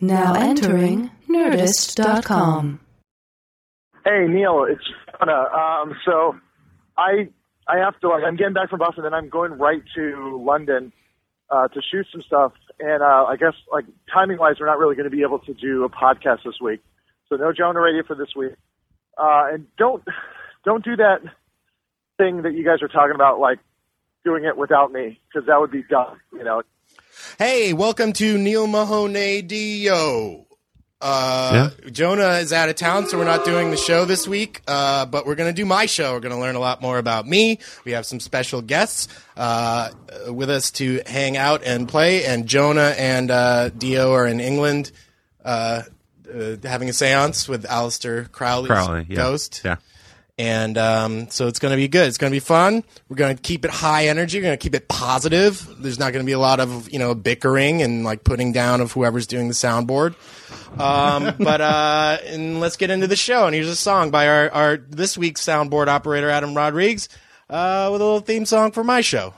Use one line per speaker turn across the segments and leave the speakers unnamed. Now entering Nerdist.com.
Hey Neil, it's Shona. Um, so I I have to like I'm getting back from Boston, then I'm going right to London uh, to shoot some stuff. And uh, I guess like timing wise, we're not really going to be able to do a podcast this week. So no Jonah Radio for this week. Uh, and don't don't do that thing that you guys are talking about, like doing it without me, because that would be dumb. You know,
Hey, welcome to Neil Mahoney Dio. Uh, Jonah is out of town, so we're not doing the show this week. Uh, but we're going to do my show. We're going to learn a lot more about me. We have some special guests uh, with us to hang out and play. And Jonah and uh, Dio are in England uh, uh, having a séance with Alistair Crowley's
Crowley, yeah.
ghost.
Yeah.
And um, so it's going to be good. It's going to be fun. We're going to keep it high energy. We're going to keep it positive. There's not going to be a lot of you know bickering and like putting down of whoever's doing the soundboard. Um, but uh, and let's get into the show. And here's a song by our, our this week's soundboard operator Adam Rodriguez uh, with a little theme song for my show.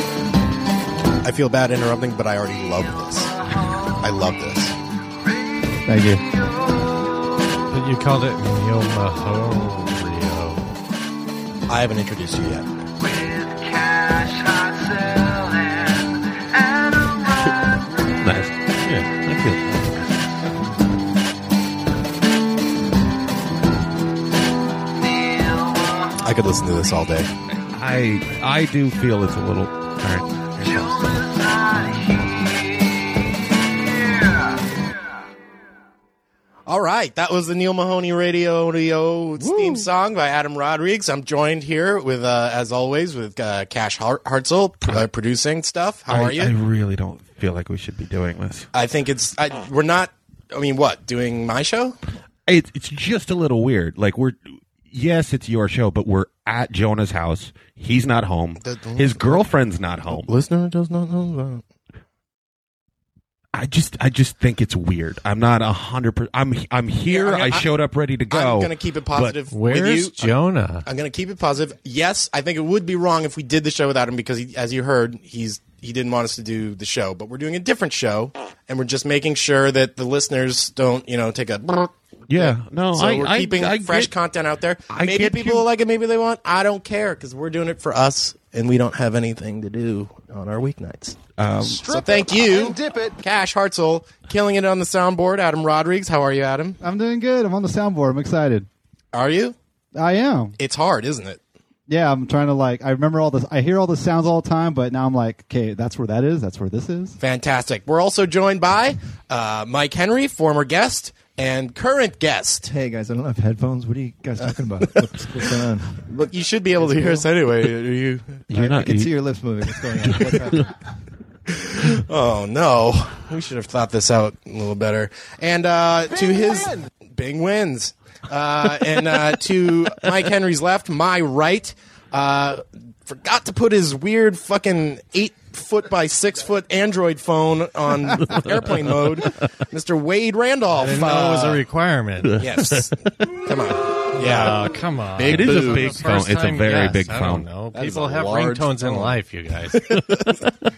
I feel bad interrupting, but I already love this. I love this.
Thank you. But you called it Neil Mahoney.
I haven't introduced you yet.
Nice. Yeah, that
I could listen to this all day.
feels. I I do feel it's a little. All right. here it comes.
All right, that was the Neil Mahoney Radio Radio theme song by Adam Rodriguez. I'm joined here with, uh, as always, with uh, Cash Har- Hartzell uh, producing stuff. How
I,
are you?
I really don't feel like we should be doing this.
I think it's I, we're not. I mean, what doing my show?
It, it's just a little weird. Like we're. Yes, it's your show, but we're at Jonah's house. He's not home. His girlfriend's not home.
Listener does not know that.
I just, I just think it's weird. I'm not a hundred. percent I'm, I'm here.
Yeah, I'm gonna-
I showed up ready to go.
I'm gonna keep it positive with
Where's
you. Uh,
Jonah?
I'm going to keep it positive. Yes, I think it would be wrong if we did the show without him because, he, as you heard, he's he didn't want us to do the show. But we're doing a different show, and we're just making sure that the listeners don't, you know, take a.
yeah, no,
So
I,
we're
I,
keeping
I
fresh
get-
content out there.
I
maybe
get
people
you.
will like it, maybe they won't. I don't care because we're doing it for us, and we don't have anything to do on our weeknights.
Um,
so thank you,
dip it.
Cash Hartzell, killing it on the soundboard. Adam Rodriguez, how are you, Adam?
I'm doing good. I'm on the soundboard. I'm excited.
Are you?
I am.
It's hard, isn't it?
Yeah, I'm trying to like. I remember all this. I hear all the sounds all the time, but now I'm like, okay, that's where that is. That's where this is.
Fantastic. We're also joined by uh, Mike Henry, former guest and current guest.
Hey guys, I don't have headphones. What are you guys talking about? What's, what's going on?
Look, you should be able to hear us anyway. Are you?
You're
I
not.
can
you-
see your lips moving. What's going on? What's happening?
Oh no, we should have thought this out a little better. And uh, to his Bing wins, uh, and uh, to Mike Henry's left, my right. Uh, forgot to put his weird fucking eight foot by six foot Android phone on airplane mode. Mister Wade Randolph.
I didn't know it was a
Uh,
requirement.
yes. Come on. Yeah.
Oh, come on.
It is a
This
big
the
phone.
first
It's a
time
very
guess.
big
I don't
phone.
know.
That is
People
a
have
large
ringtones in
phone.
life, you guys.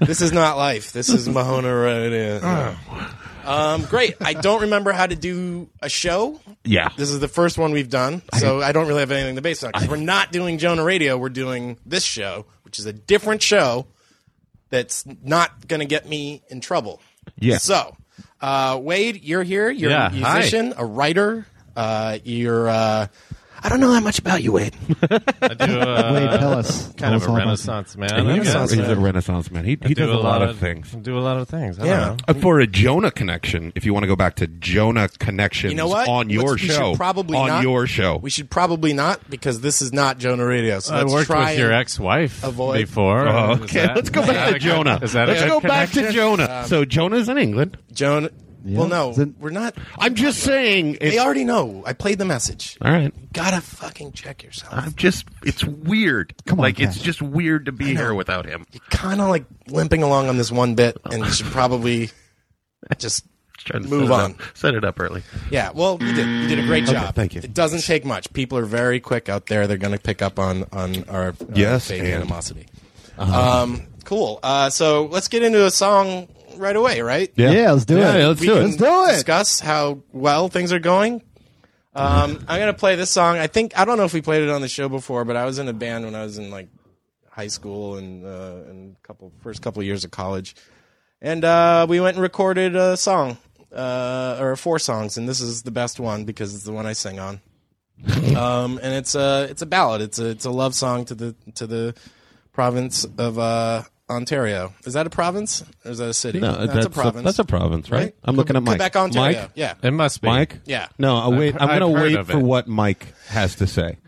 this is not life. This is Mahona Radio. Um, great. I don't remember how to do a show.
Yeah.
This is the first one we've done, so I, don't really have anything to base on. Because we're not doing Jonah Radio. We're doing this show, which is a different show that's not going to get me in trouble.
Yeah.
So, uh, Wade, you're here. You're
Yeah,
a
hi.
musician, a writer. Uh, you're. Uh, I don't know that much about you, Wade.
I do uh,
Wade, tell us.
kind
Tell
of
us
a
all about
renaissance man.
And
I
he's, a,
guess.
Renaissance
he's a
man.
renaissance man. He,
Do
he does a lot of things.
Do a lot of things. I
Yeah.
don't know.
Uh, For a Jonah connection, if you want to go back to Jonah connections
You know what?
on your
Let's- we should
show,
probably
on
not-
your show,
We should probably not because this is not Jonah Radio. So
I
let's
worked
try
with your
and-
ex-wife
avoid-
before.
Oh,
Is
okay,
that-
let's go
is
back
that
to
a good-
Jonah.
Is that a
let's
good
go back to
Um,
connection?
Jonah. so Jonah's in England.
Jonah.
Yeah.
Well, no,
Then-
we're not.
I'm just saying.
They
it's-
already know. I played the message.
All right.
Gotta fucking check yourself.
I'm just. It's weird.
Come on,
like it's
Cash.
just weird to be here without him.
You're kind of like limping along on this one bit, and you should probably just
Trying to
Move
set it
on.
Up, set it up early.
yeah. Well, you did. You did a great job.
thank you.
It doesn't take much. People are very quick out there. They're going to pick up on on our uh,
Yes,
fake
and-
animosity. Um, cool. Uh, so let's get into a song right away. Right.
yeah. let's do
Yeah,
it.
yeah, let's
we
do it.
can
Let's do it.
Discuss how well things are going. Um, I'm gonna play this song. I think I don't know if we played it on the show before, but I was in a band when I was in like high school and uh, and couple first couple years of college, and uh, we went and recorded a song uh, or four songs, and this is the best one because it's the one I sing on. Um, and it's a it's a ballad. It's a it's a love song to the to the province of uh, Ontario. Is that a province or is that a city?
No, that's,
a province.
that's a province, right?
Right?
I'm looking at Mike.
Quebec, Ontario.
Mike,
Yeah.
It must be.
Mike.
Yeah.
No, I'll wait. I'm
I've
going to
heard
wait
of
for
it.
what Mike has to say.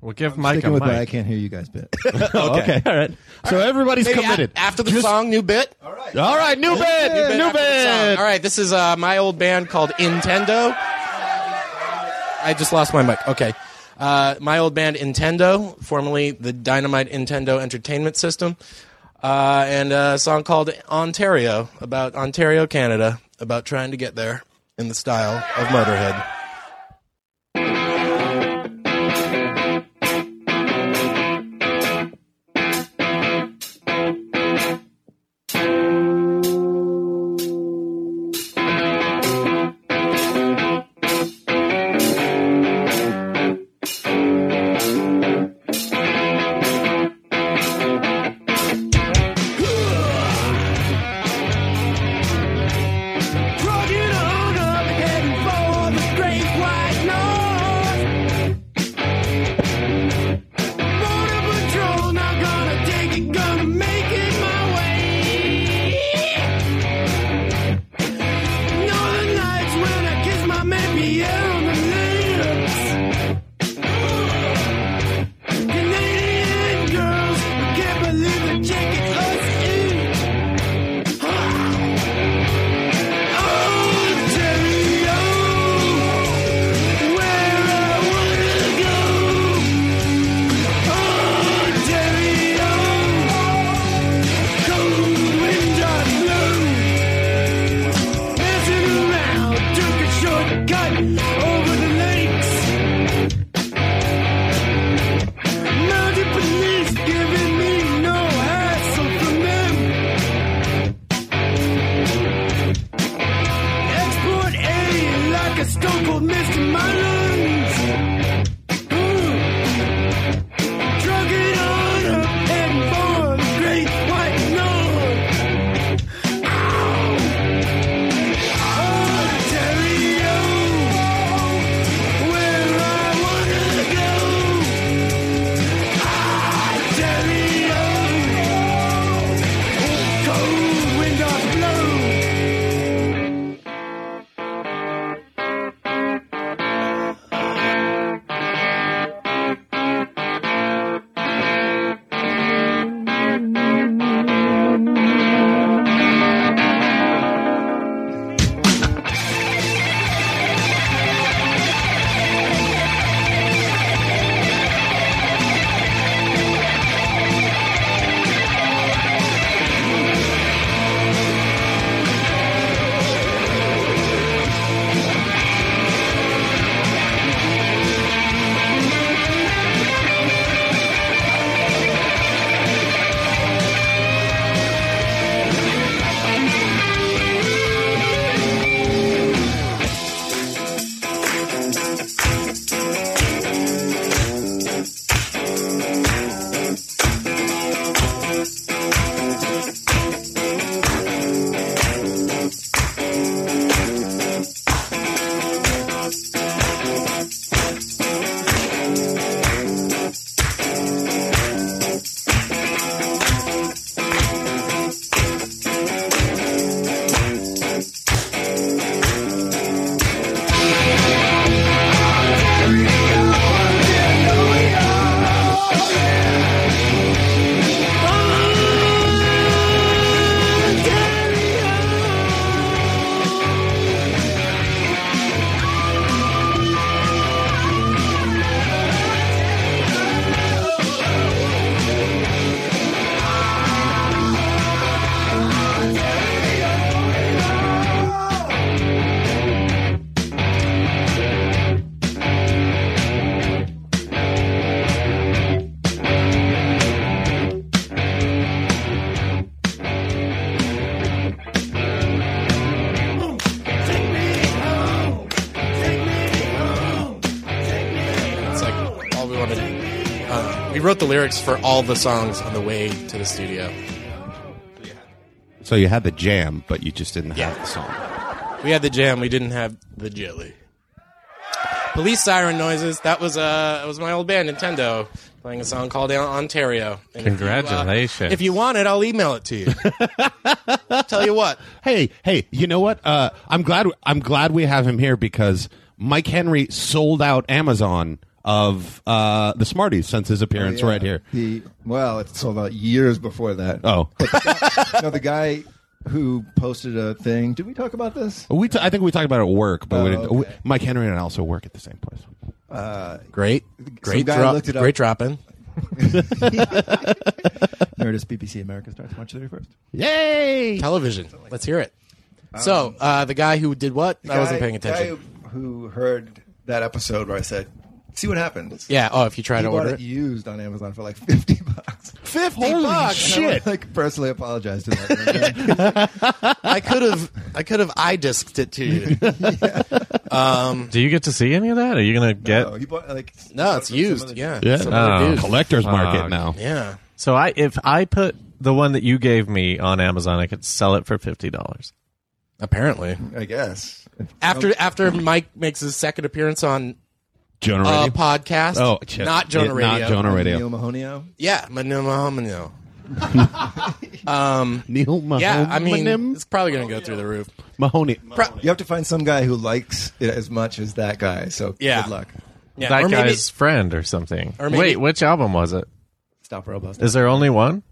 We'll give Mike a
Sticking with that, I
mic.
can't hear you guys. Bit.
okay. all right. So everybody's
Maybe a-
committed.
after the song, new bit. All right.
all right, new bed, new
after the song.
bed.
All right. This is uh, my old band called Nintendo. I just lost my mic. Okay. Uh, my old band Nintendo, formerly the Dynamite Nintendo Entertainment System, uh, and a song called Ontario about Ontario, Canada, about trying to get there in the style of Motorhead.
Trucking on up, heading for the great
uh, we wrote the lyrics for all the songs on the way to the studio.
So you had the jam, but you just didn't
Yeah.
have the song.
We had the jam. We didn't have the jelly. Police siren noises. That was uh, it was my old band Nintendo playing a song called Ontario. And if you, uh,
Congratulations.
If you, want it, I'll email it to you. Tell you what,
Hey, hey, you know what? Uh, I'm glad. I'm glad we have him here because Mike Henry sold out Amazon of uh, the Smarties since his
Oh,
appearance right here.
The well, it's about years before that.
Oh,
no, the guy who posted a thing. Did we talk about this?
we. T- I think we talked about it at work, but we
Oh,
didn't, we-
okay.
Mike Henry and I also work at the same place.
great, great
guy
drop,
looked it up.
great drop in.
Nerdist BBC America starts March thirty first.
Yay!
television. Let's hear it. so uh, the guy who did what? I wasn't paying attention.
Um, Guy who who heard that episode where I said, "See what happens."
yeah. Oh, if you try
I
to order
it
it,
used on Amazon for like fifty bucks.
fifty
And I wanna, like personally apologize to that. guy.
I could have. I could have. I disked it to you.
Do you get to see any of that? Are you gonna get?
No, he bought like
No, it's
some
used.
other-
Yeah.
Yeah.
Some other
Oh.
dude.
Collector's market
Fuck.
now.
Yeah.
So I, if I put the one that you gave me on Amazon, I could sell it for fifty dollars.
Apparently,
I guess.
after after Mike makes his second appearance on a
Jonah Radio.
Uh, podcast,
oh, shit.
not Jonah
Yeah,
Radio,
Not Jonah
Neil
Radio.
Mahonio.
yeah, Manuma Homino.
Neil Mahoney.
Yeah, I mean, it's probably gonna go through the roof.
Mahoney.
Pro-
You have to find some guy who likes it as much as that guy. So
Yeah.
good luck.
yeah,
that
or maybe-
guy's friend or something.
Or maybe-
Wait, which album was it?
Stop robust.
Is there only one?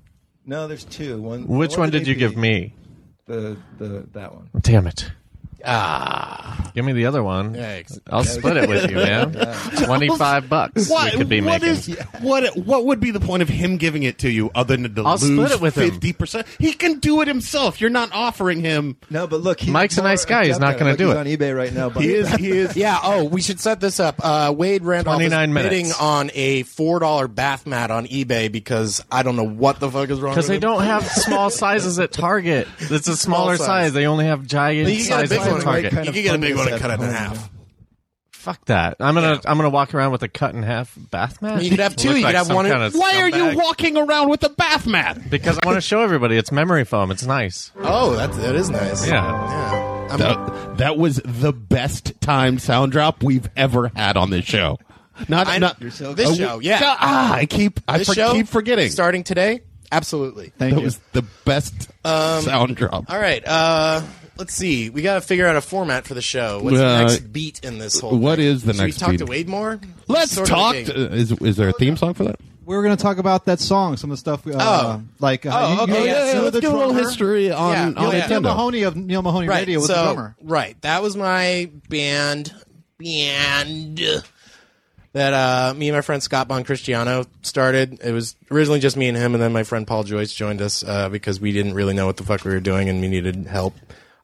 No, there's two. One.
Which
the
one
that
did you
AP
give me?
The the that one.
Damn it. Ah. Give me the other one.
Yikes.
I'll split it with you, man. 25 bucks
What,
we could be
what
making.
is- what what would be the point of him giving it to you other than to
I'll
lose
split it with him.
fifty percent? He can do it himself. You're not offering him.
No, but look, he's
Mike's a
more
nice guy. He's
adept
not
at
gonna
Look,
do
he's
it.
on eBay right now. But
He is he is
Yeah. Oh, we should set this up. Uh, Wade Randolph is
29 minutes.
bidding on a four dollar bath mat on eBay because I don't know what the fuck is wrong.
Because
with
they
it.
don't have small sizes at Target. It's a smaller
size.
size. They only have giant
But you get a
sizes
big
at
one.
Target.
you can get a big one and cut it in
home.
half.
Fuck that. I'm gonna I'm gonna walk around with a cut in half bath mat.
You could have two.
Look
You
like
could have
some
one in-
kind of
Why are you
scumbag.
walking around with a bath mat?
Because I want to show everybody. It's memory foam. It's nice.
Oh, that that is nice.
Yeah.
Yeah. I'm-
That, that was the best time sound drop we've ever had on this show. Not,
I-
not
so this
we-
show, yeah.
Ah, I keep I
this
for-
show
keep forgetting.
Starting today, absolutely.
that was the best sound drop.
Um, All right. Uh, let's see. We got to figure out a format for the show. What's the
Uh,
next beat in this whole?
what
thing?
is the
Should
next
we talk
beat?
to Wade more?
Let's
Sort of
talk.
the game.
To, is is there a theme song for that?
We were going to talk about that song, some of the stuff. Uh,
Oh.
like uh,
Oh,
you-
okay,
you-
yeah,
you
so
know
let's
the
give a little
drummer?
history on
Yeah,
on
yeah.
Neil
Nintendo.
Mahoney of Neil Mahoney
right.
Radio was
so
the drummer.
right. That was my band. Band. That uh, me and my friend Scott Bon Cristiano started. It was originally just me and him, and then my friend Paul Joyce joined us uh, because we didn't really know what the fuck we were doing and we needed help.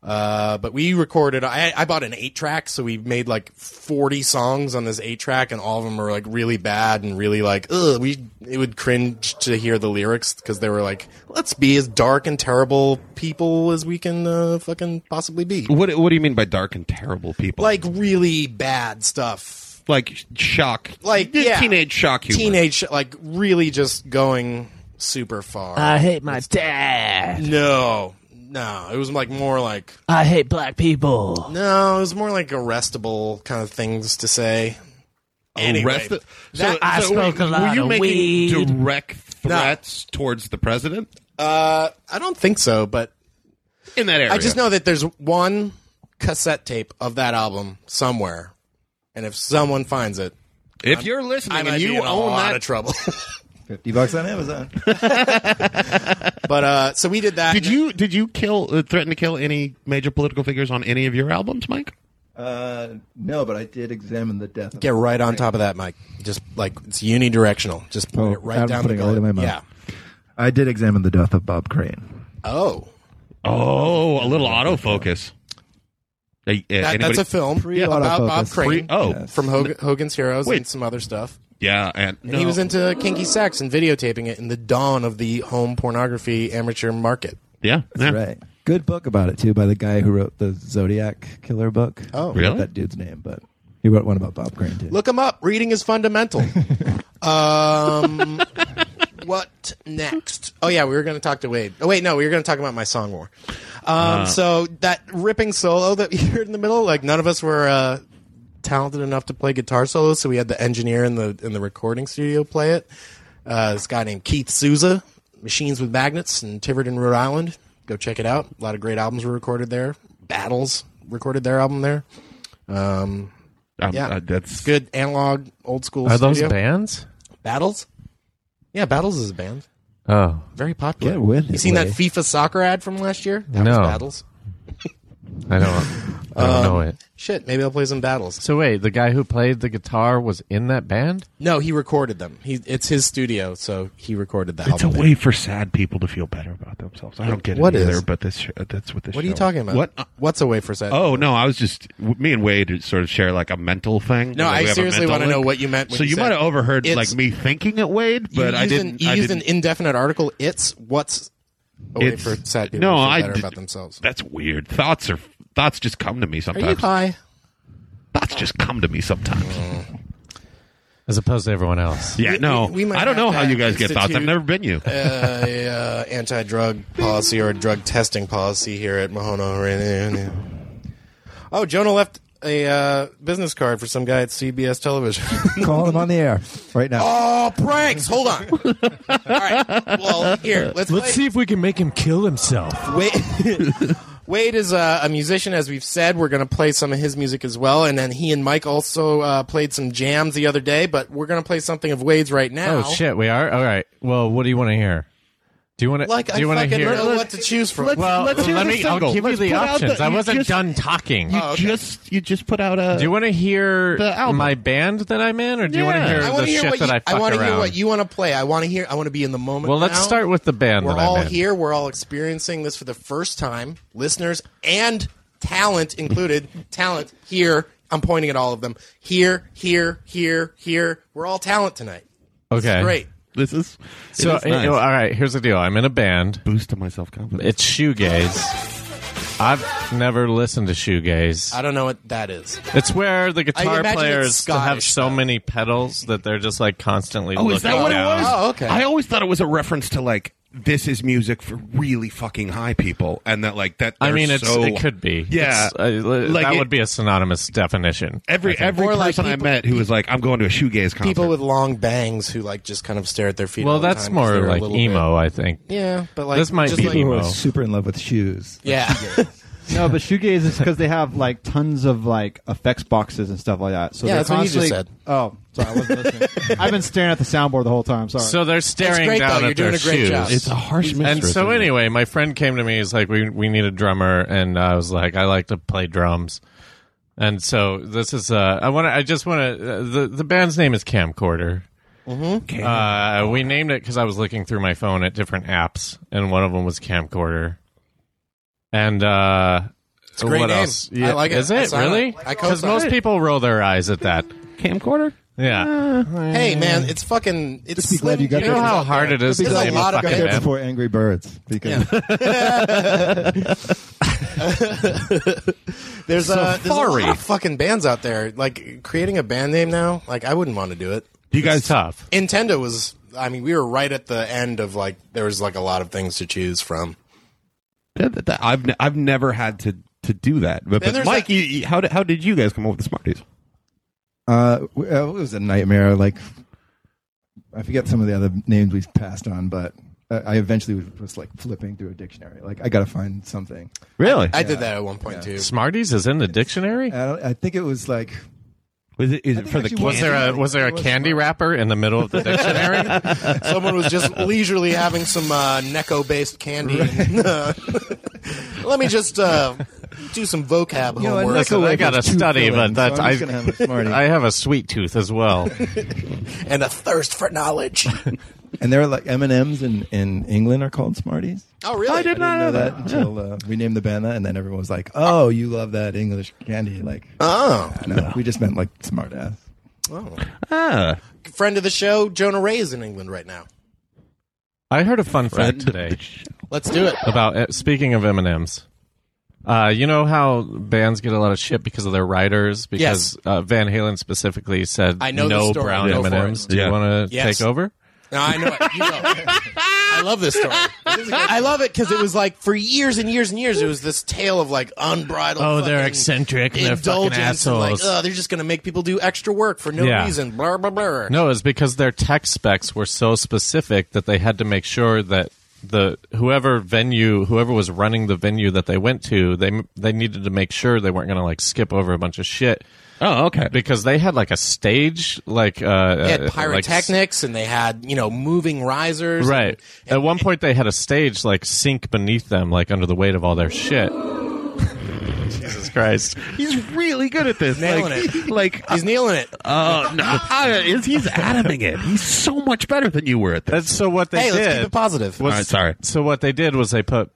Uh, but we recorded. I, I bought an eight track, so we made like forty songs on this eight track, and all of them were like really bad and really like ugh. We it would cringe to hear the lyrics because they were like, "Let's be as dark and terrible people as we can uh, fucking possibly be."
What what do you mean by dark and terrible people?
like really bad stuff.
like shock,
Like yeah,
teenage shock humor.
teenage like really just going super far.
hate my dad.
no, no, it was like more like
I hate black people.
no, it was more like arrestable kind of things to say. Anyway,
Arrest it.
that-
I smoke a lot
were you
of
making
weed.
direct threats towards the president
I don't think so, but
in that area?
I just know that there's one cassette tape of that album somewhere, and if someone finds it,
If you're listening
I might
and
be
you
in a
own
lot
that,
of trouble.
Fifty bucks on Amazon.
but uh, so we did that.
did
and-
you did you kill uh, threaten to kill any major political figures on any of your albums, Mike?
Uh, no, but I did examine the death. Of
Get right on top of that, Mike. Just like it's unidirectional. Just put
Oh,
it right
I'm
down
putting
the
it right
gullet.
in my mouth.
Yeah.
I did examine the death of Bob Crane.
Oh,
Oh, a little autofocus. Hey, uh,
that,
anybody-
that's a film
Pre-
about
autofocus.
Bob Crane
Pre- oh,
from Hogan, Hogan's Heroes
Wait.
and some other stuff.
yeah, and,
And he was into kinky sex and videotaping it in the dawn of the home pornography amateur market.
yeah, yeah.
Right. Good book about it too by the guy who wrote the Zodiac Killer book. I
Oh,
forget
Really?
That dude's name, but he wrote one about Bob Crane too.
Look him up. Reading is fundamental. Um, what next? Oh yeah, we were going to talk to Wade. Oh wait, no, we were going to talk about my song more. Um, so that ripping solo that you heard in the middle, like none of us were uh, talented enough to play guitar solos, so we had the engineer in the in the recording studio play it. Uh, this guy named Keith Souza, Machines with Magnets in Tiverton, Rhode Island. Go check it out. A lot of great albums were recorded there. Battles recorded their album there. Um,
Um,
Yeah.
uh, that's
good analog, old school.
Are those
studio.
bands?
Battles? Yeah, Battles is a band.
Oh,
Very popular.
Get with
you
it,
seen that
Woody.
FIFA soccer ad from last year? That was
No.
Battles.
I don't. I don't know it.
Shit, maybe I'll play some Battles.
Uh, So wait, the guy who played the guitar was in that band?
No, he recorded them. He it's his studio, so he recorded the
It's a
album.
way for sad people to feel better about themselves. I don't get
What
it
is?
either, but this sh- that's what this.
what are
show
you
is.
talking about?
uh, What? uh,
What's a way for sex?
Oh no, I was just w- me and Wade sort of share like a mental thing.
No,
Like,
I
we have a
seriously
mental
wanna
link.
know what you meant when
so
you
you
said
might have overheard
it's-
like me thinking at Wade,
You
but I
used an-
didn't.
you
I
used
didn't.
an indefinite article. It's what's a way
It's-
for sad people
no,
to feel
I
better
d-
about themselves.
That's weird. Thoughts are thoughts just come to me
Are you
sometimes.
high?
Thoughts just come to me sometimes.
As opposed to everyone else.
Yeah,
Oh. We-
no,
we- we might
I don't
have
know how
to
you guys get thoughts. I've
institute-
never been you.
uh, uh, anti-drug policy or drug testing policy here at Mahono. Oh, Jonah left a uh, business card for some guy at CBS Television.
Call him on the air right now.
oh, pranks! Hold on. All right. Well, here let's play-
if we can make him kill himself.
Wade, Wade is uh, a, a musician, as we've said. We're going to play some of his music as well, and then he and Mike also uh, played some jams the other day. But we're going to play something of Wade's right now.
Oh shit, we are? All right. Well, what do you want to hear? Do you want to
Like
do
I
you want to
fucking
hear
don't know what to choose from.
Well,
Let's hear
let
the
me I'll
single.
give
Let's
you the
put out
options.
the-
I
you
wasn't
just-
done talking.
You
Oh,
just you just put out a.
do you want to hear
The album.
my band that I'm in, or do you want to
Yeah.
hear
I
I
the
want to hear
shit
what you,
that I
I,
fuck
want to
around?
hear what you want to play. I want to hear. I want to be in the moment.
well, let's
now.
start with the band
We're
that I'm
all
in.
here. We're all experiencing this for the first time, listeners and talent included. talent here. I'm pointing at all of them. Here, here, here, here. We're all talent tonight.
Okay,
Great.
This is
So,
it is
you
nice.
know, all right, here's the deal. I'm in a band.
boost to my self confidence.
It's shoegaze. I've never listened to shoegaze.
I don't know what that is.
It's where the
I
guitar
imagine
players
it's
have
Scottish,
so
though.
many pedals that they're just like constantly.
Oh, is that
looking
what it
down.
was?
Oh, okay.
I always thought it was a reference to like this is music for really fucking high people, and that like that.
I
they're
mean, it's,
so-
it could be.
Yeah,
It's, uh,
Like
that
it-
would be a synonymous definition.
Every every
Or,
person
like,
I
people-
met who was like, I'm going to a shoegaze concert.
People with long bangs who like just kind of stare at their feet.
well,
all the
that's
time 'cause
more
they're a
like
little
emo, I think.
bit- Yeah, but like
This might
just
be
like-
emo.
People are super in love with shoes.
Yeah,
No, but shoegaze is because they have like tons of like effects boxes and stuff like that. So
Yeah,
they're
that's what you just
constantly-
said.
Oh, sorry, I wasn't listening. I've been staring at the soundboard the whole time. Sorry.
So they're staring
It's great,
down
though.
at
You're
their
doing a great
shoes.
job. It's
a harsh
And so anyway, my friend came to me. He's like, "We we need a drummer," and I was like, "I like to play drums." And so this is. Uh, I want to. I just want to. Uh, the the band's name is Camcorder.
Mm-hmm.
Uh, we named it because I was looking through my phone at different apps, and one of them was Camcorder. And uh,
a great
what
name.
else?
I like it.
Is
I
it
sign
really?
it. I
Because
co-sign
most
it.
people roll their eyes at that.
camcorder.
Yeah.
hey man, it's fucking. Uh, It's
Just be glad
slim
you got
You
Jim.
know how hard it is to
There's a
name a
lot of
fucking
Got
guys-
there
band.
before Angry Birds because
There's a, there's a
Safari.
lot of fucking bands out there. Like creating a band name now, like I wouldn't want to do it.
Do you guys
Tough.
Nintendo was. I mean, we were right at the end of like there was like a lot of things to choose from.
That- that- that- I've ne- I've never had to to do that. But, but
there's
Mike,
that-
you, you- how did, how did you guys come up with the Smarties?
uh, w- uh, it was a nightmare. Like I forget some of the other names we've passed on, but uh, I eventually was, was like flipping through a dictionary. Like I got to find something.
Really?
I did that at one point too.
Smarties is in the dictionary.
I, don't, I think it was like
was it, is it
think
for the
actually
Uh, Was
kids?
there a was there a candy wrapper in the middle of the dictionary?
Someone was just leisurely having some uh, Necco based candy. uh, Let me just uh, do some vocab
You know,
homework.
Necco-
Listen, I
like
got to
it's too
study,
filling,
but that's
so I'm
I,
just gonna have a Smartie.
I have a sweet tooth as well.
and a thirst for knowledge.
and there were like M and M's in in England are called Smarties.
oh, really?
I did not
know
know
that
that.
until uh, we named the band that, and then everyone was like, "Oh, you love that English candy!" Like,
Oh.
no, we just meant like smart ass.
Ah,
Friend of the show, Jonah Ray is in England right now.
I heard a fun fact
friend of
today
the sh-
Let's do it.
about uh, speaking of M and M's. Uh, you know how bands get a lot of shit because of their writers? Because uh, Van Halen specifically said
I know the
no
story.
brown
Go for
M&Ms.
it.
Do
Yeah.
you want to
Yes.
take over?
No, I know it. You know it. I love this story. I love it because it was like for years and years and years, it was this tale of like unbridled.
Oh, they're
fucking
eccentric and they're fucking
indulgence and, like,
assholes.
oh, they're just going to make people do extra work for no
Yeah.
reason. Blah blah blah.
No, it's because their tech specs were so specific that they had to make sure that the whoever venue, whoever was running the venue that they went to, they they needed to make sure they weren't going to like skip over a bunch of shit
Oh, okay.
because they had like a stage, like uh,
They
uh,
had
like,
pyrotechnics and they had you know moving risers.
Right. At one point, they had a stage like sink beneath them, like under the weight of all their shit. Jesus Christ!
He's really good at this.
Nailing
like,
it.
like,
He's kneeling it.
oh no, I- is- he's adaming it. He's so much better than you were at this.
That's so what they
hey,
did.
let's keep it positive.
All right, sorry.
So what they did was they put,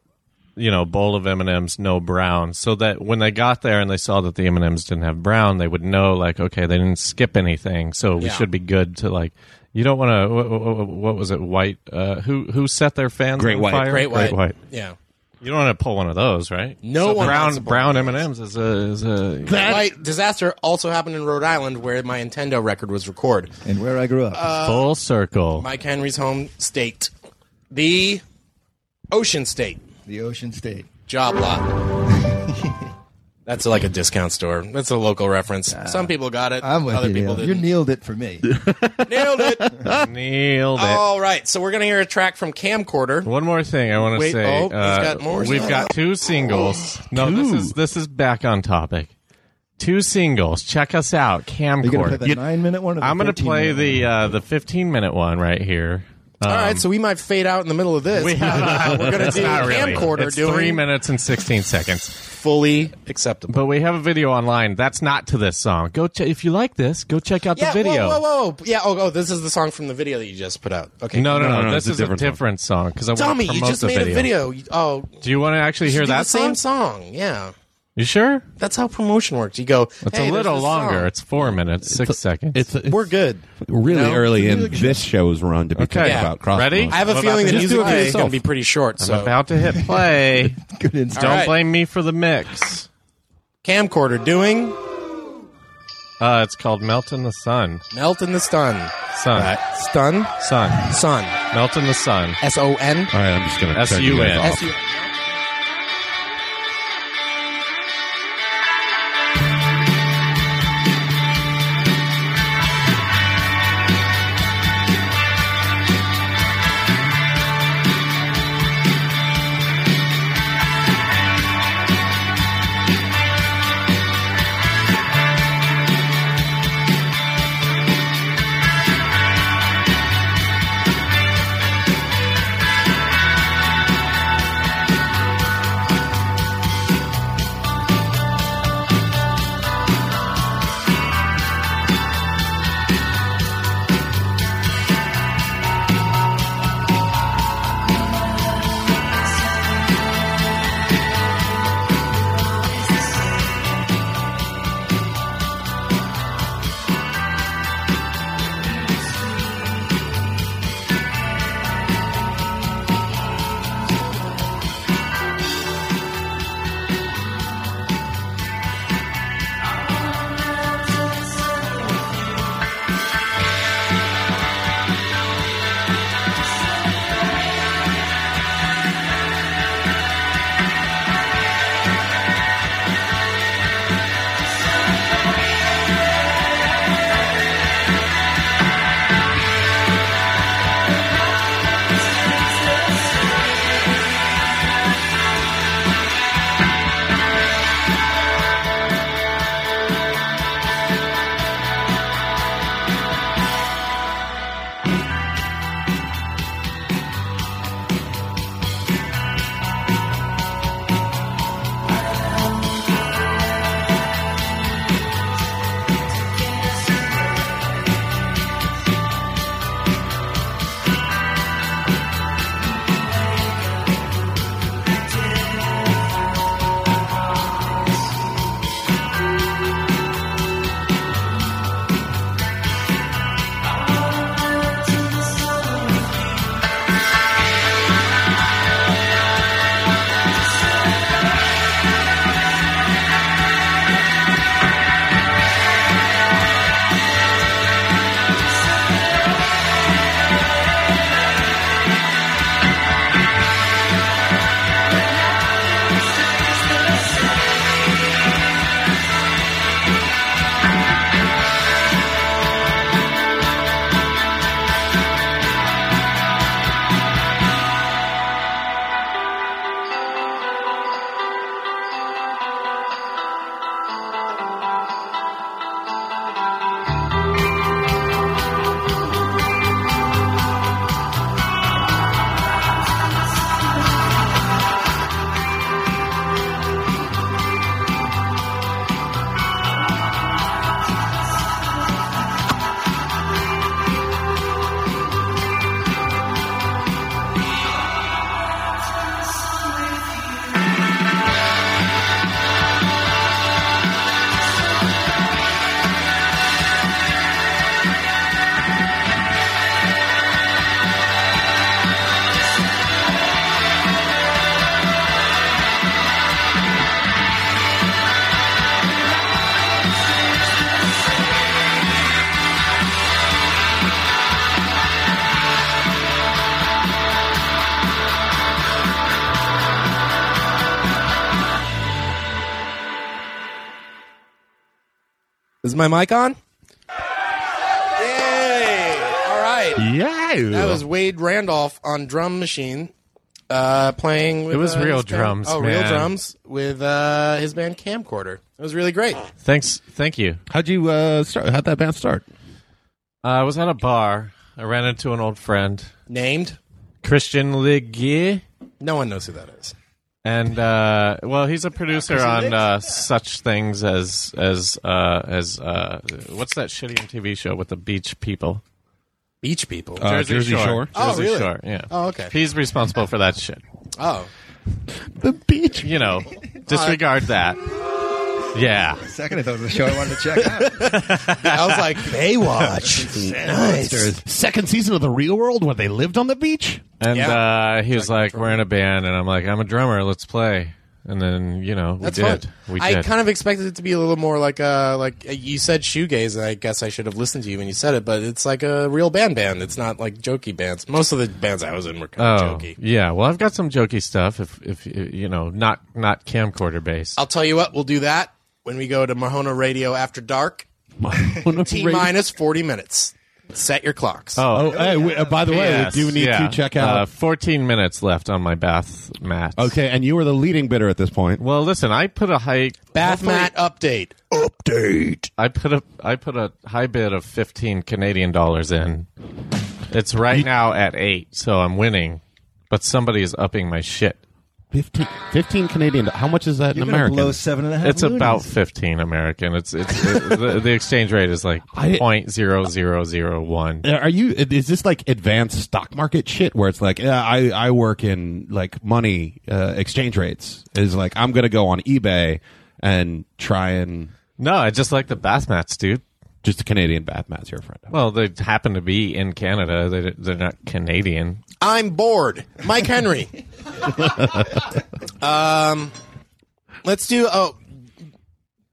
you know, bowl of M and M's, no brown, so that when they got there and they saw that the M and M's didn't have brown, they would know like, okay, they didn't skip anything, so we
Yeah.
should be good to like. You don't want to. What, what was it? White? Uh, who who set their fans
Great
on
White.
fire?
Great white.
Great white.
Yeah.
You don't want to pull one of those, right?
No
So
one wants
brown
to pull
brown M
one of
and M's is a is a
White disaster also happened in Rhode Island where my Nintendo record was recorded.
and where I grew up.
Uh,
full circle.
Mike Henry's home state, the Ocean State.
the Ocean State.
job lot. That's like a discount store. That's a local reference. Some people got it.
I'm with
other
you.
people
Neil. You
didn't.
nailed it for me.
Nailed it.
Nailed it.
Oh,
All right. So we're gonna hear a track from Camcorder.
One more thing I want to
Wait,
say.
oh, he's
uh,
got more
We've
stuff.
got two singles. No, this is this is back on topic. Two singles. Check us out.
Are you going to play
Camcorder.
the nine minute one? Or the
I'm gonna
13
play
minute
the uh, the 15 minute one right here. Um,
All right. So we might fade out in the middle of this.
we
are
have
gonna
it's
do
not really.
Camcorder
It's
doing
three minutes and 16 seconds.
fully acceptable.
But we have a video online. That's not to this song. Go che- if you like this. Go check out
Yeah.
the video.
Whoa, whoa, whoa. Yeah. Oh, oh, this is the song from the video that you just put out. Okay.
No, no, no,
No, no,
This
it's a
is a
different
different song
song.
because I want
Tommy,
to
you
promote
just
the
made
video.
a video. You- Oh,
Do you want to actually hear
do
that
the same song. Yeah.
You sure?
That's how promotion works. You go.
It's
"Hey,
a
there's
little
this
longer.
song."
It's four minutes, six seconds.
It's, it's
We're good.
really
No.
early in this show's run to be
Okay.
talking
Yeah.
about cross.
Ready?
I have a
What about
feeling
the-
that
Just do
music
it for
today is
yourself.
going to be pretty short.
I'm
so
about to hit play.
one. Good insight.
Don't
right.
blame me for the mix.
camcorder doing
Uh, it's called Melt in the Sun.
melt in the stun.
Sun.
Stun.
Sun.
Sun.
Melt in the Sun.
S O N.
All right, I'm just going to turn you
S-U-N.
guys
S
off.
U.
Melt
Is my mic on? Yay! All right.
Yeah.
That was Wade Randolph on drum machine, uh, playing. With,
It was
uh,
real
his band-
drums,
Oh, real
man.
drums with uh, his band Camcorder. It was really great.
Thanks. Thank you.
How'd you uh, start? How'd that band start?
Uh, I was at a bar. I ran into an old friend,
Named.
Christian Ligier.
No one knows who that is.
And uh, well, he's a producer on uh, such things as as uh, as uh, what's that shitty MTV show with the beach people?
Beach people.
Uh, Jersey Shore?
Jersey
Oh, really?
Shore. Yeah.
Oh, okay.
He's responsible for that shit.
oh,
The beach.
You know, disregard that. Yeah.
Second, I thought it was a show I wanted to check out.
I was like Baywatch. nice.
Second season of The Real World where they lived on the beach?
And
Yeah.
uh, he was like, "We're in a band," and I'm like, "I'm a drummer. Let's play." And then you know, we
That's
did.
fun.
We
I
did.
kind of expected it to be a little more like uh like uh, you said shoegaze. and I guess I should have listened to you when you said it, but it's like a real band band. It's not like jokey bands. Most of the bands I was in were kind
Oh
of jokey.
yeah, well I've got some jokey stuff if if you know not not camcorder based.
I'll tell you what, we'll do that when we go to Mahona Radio after dark. T minus forty minutes. Set your clocks.
Oh, hey, we, uh, by the way,
Yes,
we do need
yeah.
to check out.
Uh, Fourteen minutes left on my bath mat.
okay, and you were the leading bidder at this point.
Well, listen, I put a high
Bath mat update. Update.
I put a I put a high bid of fifteen Canadian dollars in. It's right now at eight, so I'm winning, but somebody is upping my shit.
15, 15 Canadian. How much is that in American?
Blow seven and a half.
It's
loonies.
about fifteen American. It's it's the, the exchange rate is like
I-
point zero zero zero one.
Uh, Are you? Is this like advanced stock market shit where it's like, yeah, I I work in like money uh, exchange rates? Is like I'm gonna go on eBay and try and
No, I just like the bath mats, dude.
just a Canadian bath mats here, friend.
Well, they happen to be in Canada. They they're not Canadian.
I'm bored. Mike Henry. um, let's do. Oh,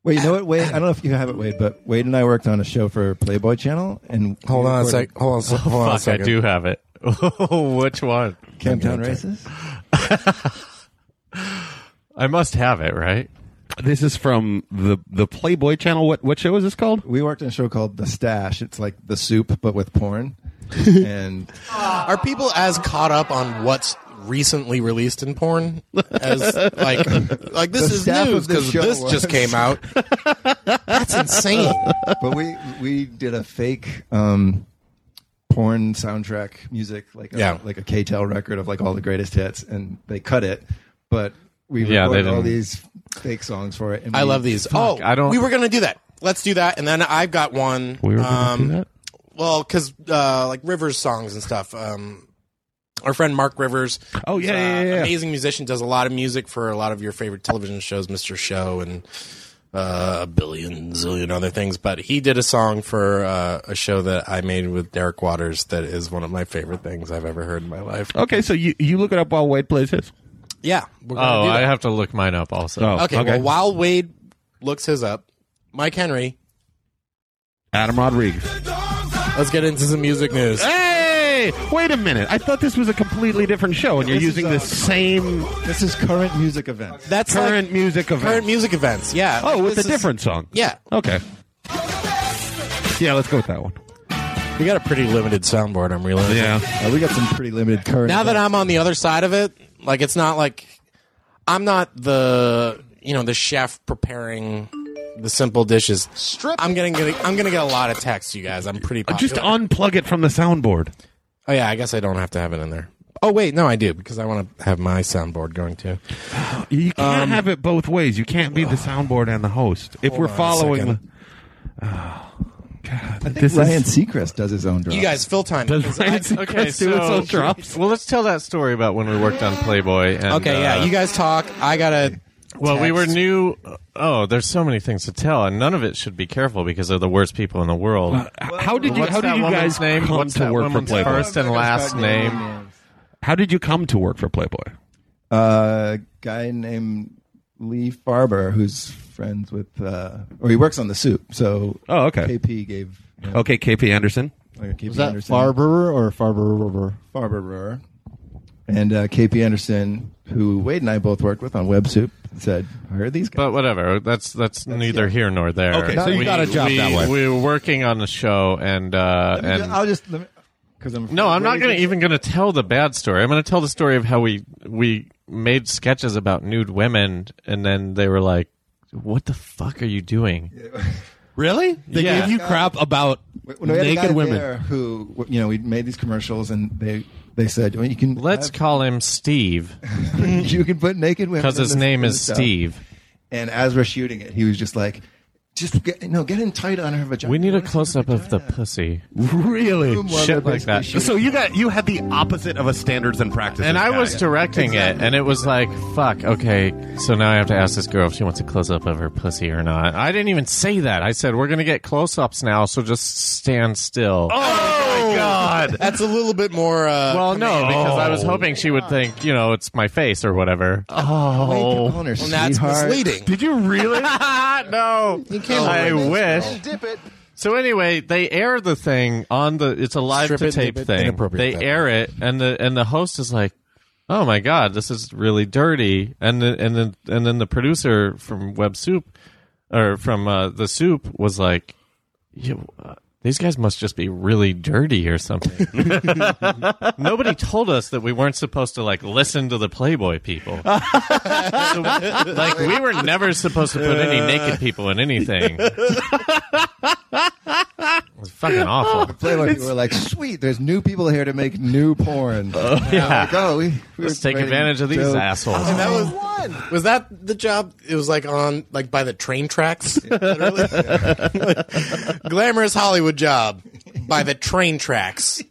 Wait, you know what, Wade? I don't know if you have it, Wade, but Wade and I worked on a show for Playboy Channel, and we
hold on a
recorded
sec. Hold on. a sec- Hold on a
Oh, Fuck, I
second.
do have it. Which one?
Camptown Races.
I must have it, right?
This is from the the Playboy Channel. What what show is this called?
We worked on a show called The Stash. It's like the soup, but with porn. and
Are people as caught up on what's recently released in porn as like like this
The
is
staff
news
of this
because
show
this
was-
just came out? That's insane.
but we we did a fake um, porn soundtrack music, like a,
Yeah.
like a KTEL record of like all the greatest hits, and they cut it. But we
Yeah, they
recorded all
didn't-
these fake songs for it. and
I
we-
love these. oh,
I don't-
We were gonna do that. Let's do that, and then I've got one.
We were gonna
um,
do that?
Well, because uh, like Rivers songs and stuff. Um, our friend Mark Rivers.
Oh,
who's,
yeah, yeah,
uh,
yeah, yeah.
amazing musician. Does a lot of music for a lot of your favorite television shows, Mister Show, and uh, a billion zillion other things. But he did a song for uh, a show that I made with Derek Waters. That is one of my favorite things I've ever heard in my life.
Okay, so you you look it up while Wade plays his.
Yeah. We're gonna
Oh,
Uh, do
I
that.
have to look mine up also.
Oh,
Okay, Well, while Wade looks his up, Mike Henry.
Adam Rodriguez.
Let's get into some music news.
Hey, wait a minute! I thought this was a completely different show, and you're
This is,
using
uh,
the same
This is current music events.
That's
current
like
music event.
current music events. Yeah.
Oh, with
This
a
is-
different song.
Yeah,
Okay. Yeah, let's go with that one.
we got a pretty limited soundboard. I'm realizing.
Uh, we got some pretty limited current.
Now that
events.
I'm on the other side of it, like it's not like I'm not the you know the chef preparing the simple dishes. I'm getting gonna, I'm gonna get a lot of texts, you guys. I'm pretty popular.
Just unplug it from the soundboard.
Oh yeah, I guess I don't have to have it in there. Oh wait, no, I do because I want to have my soundboard going too.
You can't have it both ways. You can't be the soundboard and the host. If we're
on a
following the.
second.
Oh, God.
I think
this
Ryan
is.
Seacrest does his own drop.
You guys, fill time.
Uh, Does Ryan
Okay,
Seacrest do his
so
own drops?
well, let's tell that story about when we worked on Playboy. And,
Okay, yeah,
uh,
you guys talk. I gotta.
Well, we were
text.
new. Oh, there's so many things to tell, and none of it should be careful because they're the worst people in the world.
how did you?
What's
How
that
did you
woman's
guys
name?
come
What's
to
that
work for
woman's
Playboy?
first and last name?
How did you come to work for Playboy?
Uh, guy named Lee Farber, who's friends with, uh, or he works on the soup. So
Oh, okay.
KP gave. you know,
Okay, KP Anderson.
like, KP
Is that
Anderson,
Farberer or Farberer?
Farber. And uh, KP Anderson, who Wade and I both worked with on Web Soup, said, I heard these guys.
But whatever. That's that's, neither here nor there.
Okay, so you got a job
we,
that way.
We were working on the show, and uh,
Let me
and
ju- I'll just, because I'm
no, I'm not
afraid
gonna
to-
even gonna tell the bad story. I'm gonna tell the story of how we we made sketches about nude women, and then they were like, "What the fuck are you doing?"
Really? They
Yeah.
gave you crap about
No, we had a
naked
guy
women.
there who you know we made these commercials and they they said well, you can
Let's call him Steve
have- you can put naked women
because
in
his
this-
name
in
is
this stuff."
Steve.
And as we're shooting it, he was just like, just get, no, get in tight on her vagina.
We need a
Wanna see her
close up of the
vagina?"
pussy.
Really?
Boom, while
shit
they're
like
basically
that.
shooting.
So you got you had the opposite of a standards and practices.
And I
guy.
was directing it, and it was like, fuck, okay, so now I have to ask this girl if she wants a close up of her pussy or not. I didn't even say that. I said, we're going to get close ups now, so just stand still.
Oh my god!
That's a little bit more. Uh,
well, no, because I was hoping she would think, you know, it's my face or whatever.
Wait,
Oh.
come on her,
well, that's
sweetheart.
misleading.
Did you really?
no. I wish. So anyway, they air the thing on the it's a live
Strip
to
it,
tape
nip it,
thing.
inappropriate
They
that
air it and the and the host is like, "Oh my god, this is really dirty." And then and then and then the producer from Web Soup or from uh, the soup was like, you, uh, these guys must just be really dirty or something. Nobody told us that we weren't supposed to like listen to the Playboy people. So, like we were never supposed to put any naked people in anything. It's fucking awful.
Playboy people were like, sweet, there's new people here to make new porn.
Yeah.
Go, we, we
Let's
were
take
writing
advantage of these
jokes.
assholes.
And that was Was that the job? It was like on like by the train tracks. literally. Glamorous Hollywood job by the train tracks,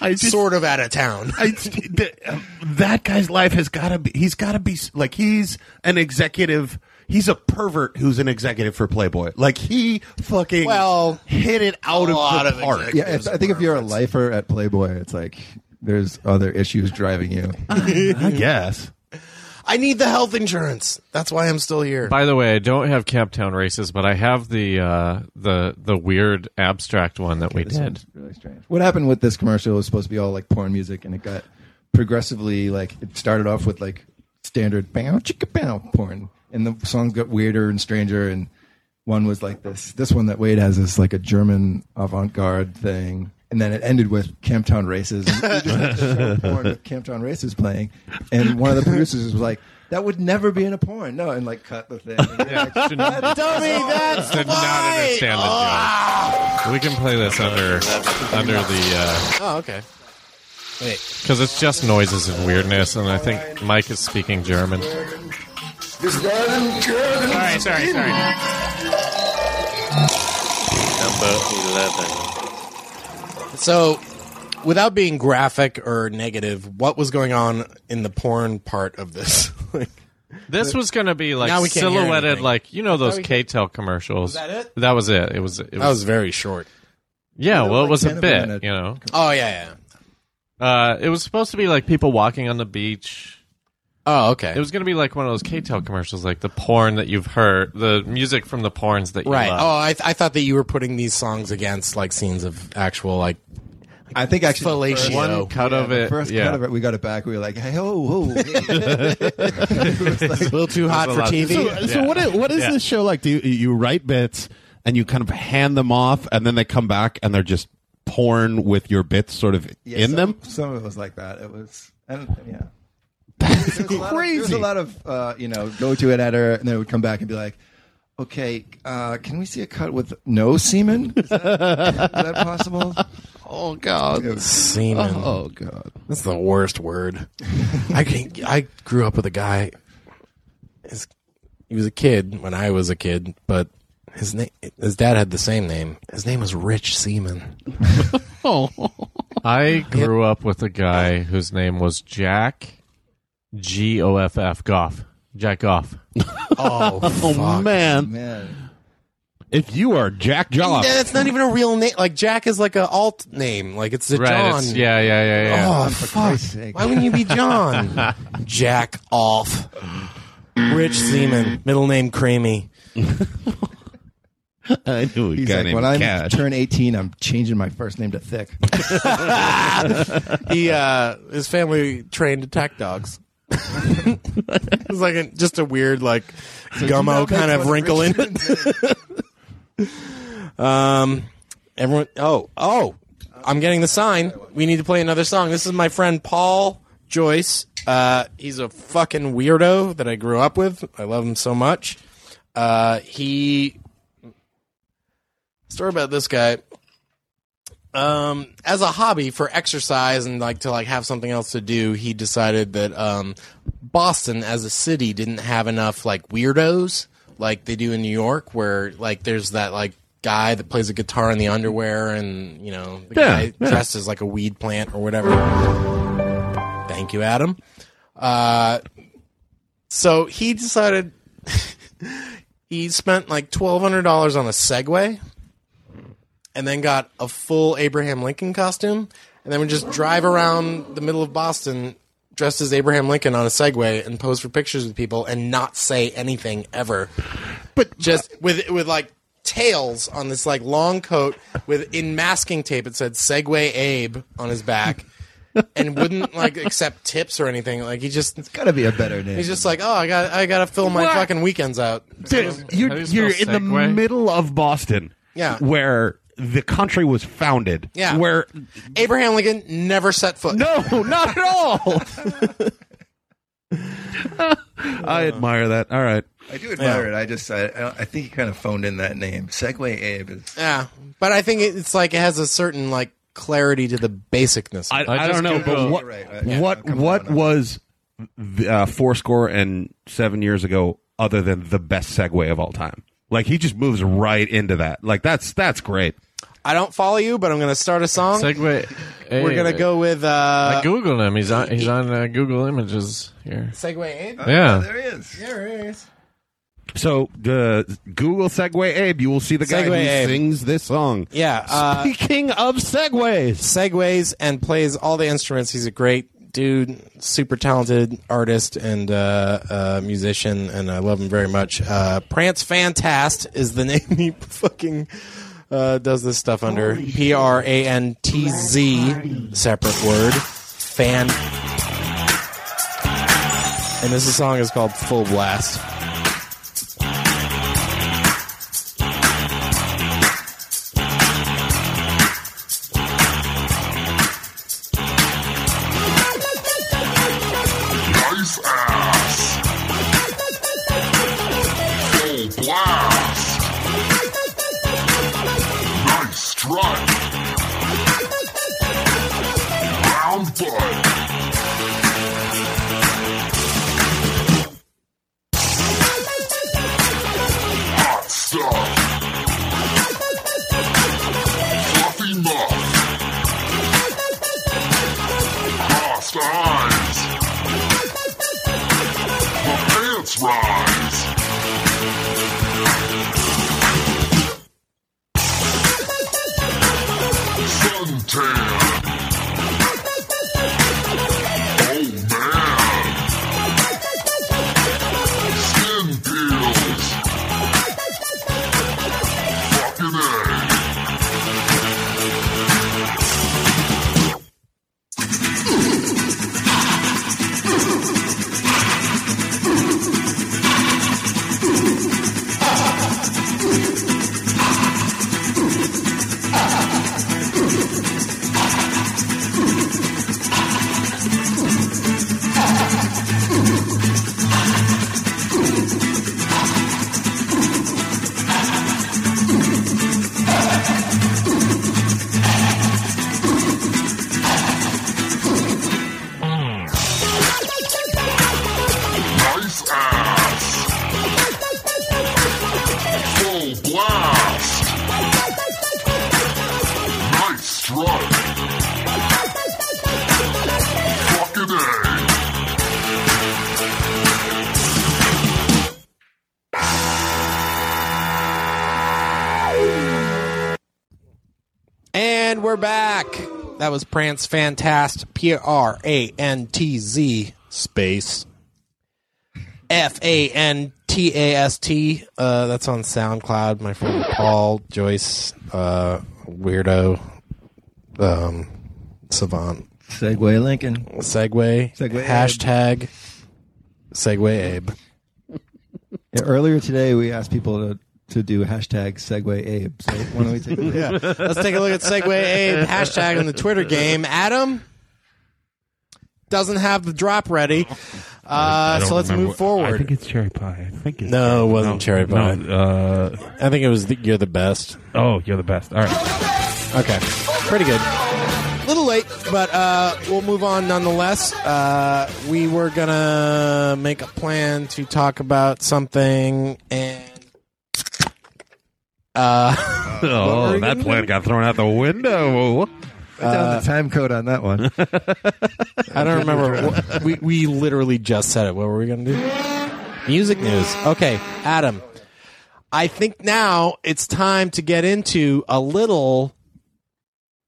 I just
sort of out of town.
I, the, um, that guy's life has got to be he's got to be s- like he's an executive he's a pervert who's an executive for playboy like he fucking
Well,
hit it out
a
of
lot
the
of
park
exec-
Yeah, if, I think if you're a lifer at Playboy, it's like there's other issues driving you.
i guess
I need the health insurance. That's why I'm still here.
By the way, I don't have Cap Town races, but I have the uh, the the weird abstract one that we
This
did.
one's really strange. What happened with this commercial was supposed to be all like porn music, and it got progressively like it started off with like standard bow chicka bow porn, and the songs got weirder and stranger. And one was like this. This one that Wade has is like a German avant-garde thing. And then it ended with Camptown Races. And we just had this show porn with Camptown Races playing, and one of the producers was like, "That would never be in a porn." No, and like cut the thing.
Did not
that's
understand the joke. Ah! We can play this under under the
Oh, okay.
because it's just noises and weirdness, and I think Mike is speaking German.
Sorry, sorry, sorry. So, without being graphic or negative, what was going on in the porn part of this? Like,
This was going to be like
Now we can't hear
silhouetted,
anything.
like you know those KTEL commercials. Was
that it?
That was it. It was. It was,
that was very short.
yeah. Well, it
like
was a
10 of
bit.
them in a-
you know,
Oh yeah, yeah.
uh, it was supposed to be like people walking on the beach.
Oh okay.
It was going to be like one of those KTEL commercials, like the porn that you've heard, the music from the porns that you
right.
love.
Oh, I, th- I thought that you were putting these songs against like scenes of actual like
I think actually the first-
fellatio.
Oh, One cut of
the
it.
First
yeah.
cut of it, we got it back. We were like, "Hey, oh, whoa, hey."
a little too hot
a
for
lot.
TV.
so, so what is, what is
Yeah.
this show like do you, you write bits and you kind of hand them off and then they come back and they're just porn with your bits sort of
Yeah,
in
some-
them
Some of it was like that. It was, and yeah, There was a lot of- There was a lot of uh, you know go to an editor, and then it would come back and be like, "Okay, uh, can we see a cut with no semen? Is that, is that possible?"
oh god
Semen.
oh god
That's the worst word. I can I grew up with a guy. His, he was a kid when I was a kid, but his name his dad had the same name. His name was Rich Seaman.
I grew up with a guy whose name was Jack G O F F Goff. Jack Goff.
Oh, fuck.
man
Man,
if you are jack joff
Yeah, that's not even a real name. Like Jack is like a alt name. Like it's a
Right.
John.
It's, yeah, yeah, yeah, yeah.
Oh
for
fuck!
Christ's sake.
Why wouldn't you be John? Jack off. Rich Seaman, middle name Creamy.
I knew a
He's
guy
like,
named
when I
Cash.
turn 18, I'm changing my first name to Thick.
he uh his family trained attack dogs. it was like a, just a weird like gummo kind of wrinkle in it. um everyone oh oh I'm getting the sign. We need to play another song. This is my friend Paul Joyce. Uh he's a fucking weirdo that I grew up with. I love him so much. Uh he story about this guy um as a hobby for exercise and like to like have something else to do he decided that um boston as a city didn't have enough like weirdos like they do in new york where like there's that like guy that plays a guitar in the underwear and you know the
Yeah,
guy
yeah.
dressed as like a weed plant or whatever thank you adam uh so he decided he spent like twelve hundred dollars on a Segway, and then got a full Abraham Lincoln costume, and then would just drive around the middle of Boston dressed as Abraham Lincoln on a Segway and pose for pictures with people and not say anything ever, but just with with like tails on this like long coat with in masking tape it said Segway Abe on his back. and wouldn't like accept tips or anything. Like he just
Got to be a better name.
He's just like, oh, I got, I gotta fill my
What?
fucking weekends out.
Dude,
how
you're
do you
you're in
spell
the
Segway?
middle of Boston,
Yeah.
where the country was founded,
Yeah.
where
Abraham Lincoln never set foot.
no, not at all. I admire that. All right,
I do admire it. I just, I, I don't- I think he kind of phoned in that name. Segway Abe is.
Yeah, but I think it's like it has a certain like clarity to the basicness.
I,
I
I
just
don't know,
Googled-
but what
You're right, right. Yeah,
what
I'm coming
what
around.
was the, uh, fourscore and seven years ago other than the best segue of all time? Like he just moves right into that. Like that's that's great.
I don't follow you, but I'm gonna start a
Oh.
song.
Segway.
We're
Abe.
gonna go with
I
uh,
googled him. He's on. He's on uh, Google Images here.
Segway Abe.
Yeah.
There he is.
So the Google Segway Abe, you will see the guy who
Segway Abe.
sings this song.
Yeah, uh,
Speaking of segways,
segues and plays all the instruments. He's a great dude, super talented artist and uh, uh, musician, and I love him very much. Uh, Prance Fantast is the name he fucking uh, does this stuff under. P R A N T Z, separate word. Fan. And this song is called Full Blast. And we're back. That was Prance Fantast, P R A N T Z space. F A N T A S T. Uh, that's on SoundCloud. My friend Paul Joyce, uh, weirdo, um, savant.
Segway Lincoln.
Segway.
Segway Abe.
Hashtag. Segway Abe.
Yeah, earlier today, we asked people to, to do hashtag Segway Abe. So why don't we take a look?
Let's take a look at Segway Abe hashtag in the Twitter game. Adam doesn't have the drop ready, uh, so let's move
I think
forward.
it's cherry pie. I think it's
No, it wasn't cherry pie.
No, uh,
I think it was the, you're the best.
oh, you're the best. All right.
Okay, pretty good. Little late, but uh, we'll move on nonetheless. Uh, we were gonna make a plan to talk about something, and
Oh, that plan got thrown out the window.
Uh,
Down the time code on that one.
I don't remember. what- we we literally just said it. What were we gonna do? Music news. Okay, Adam. I think now it's time to get into a little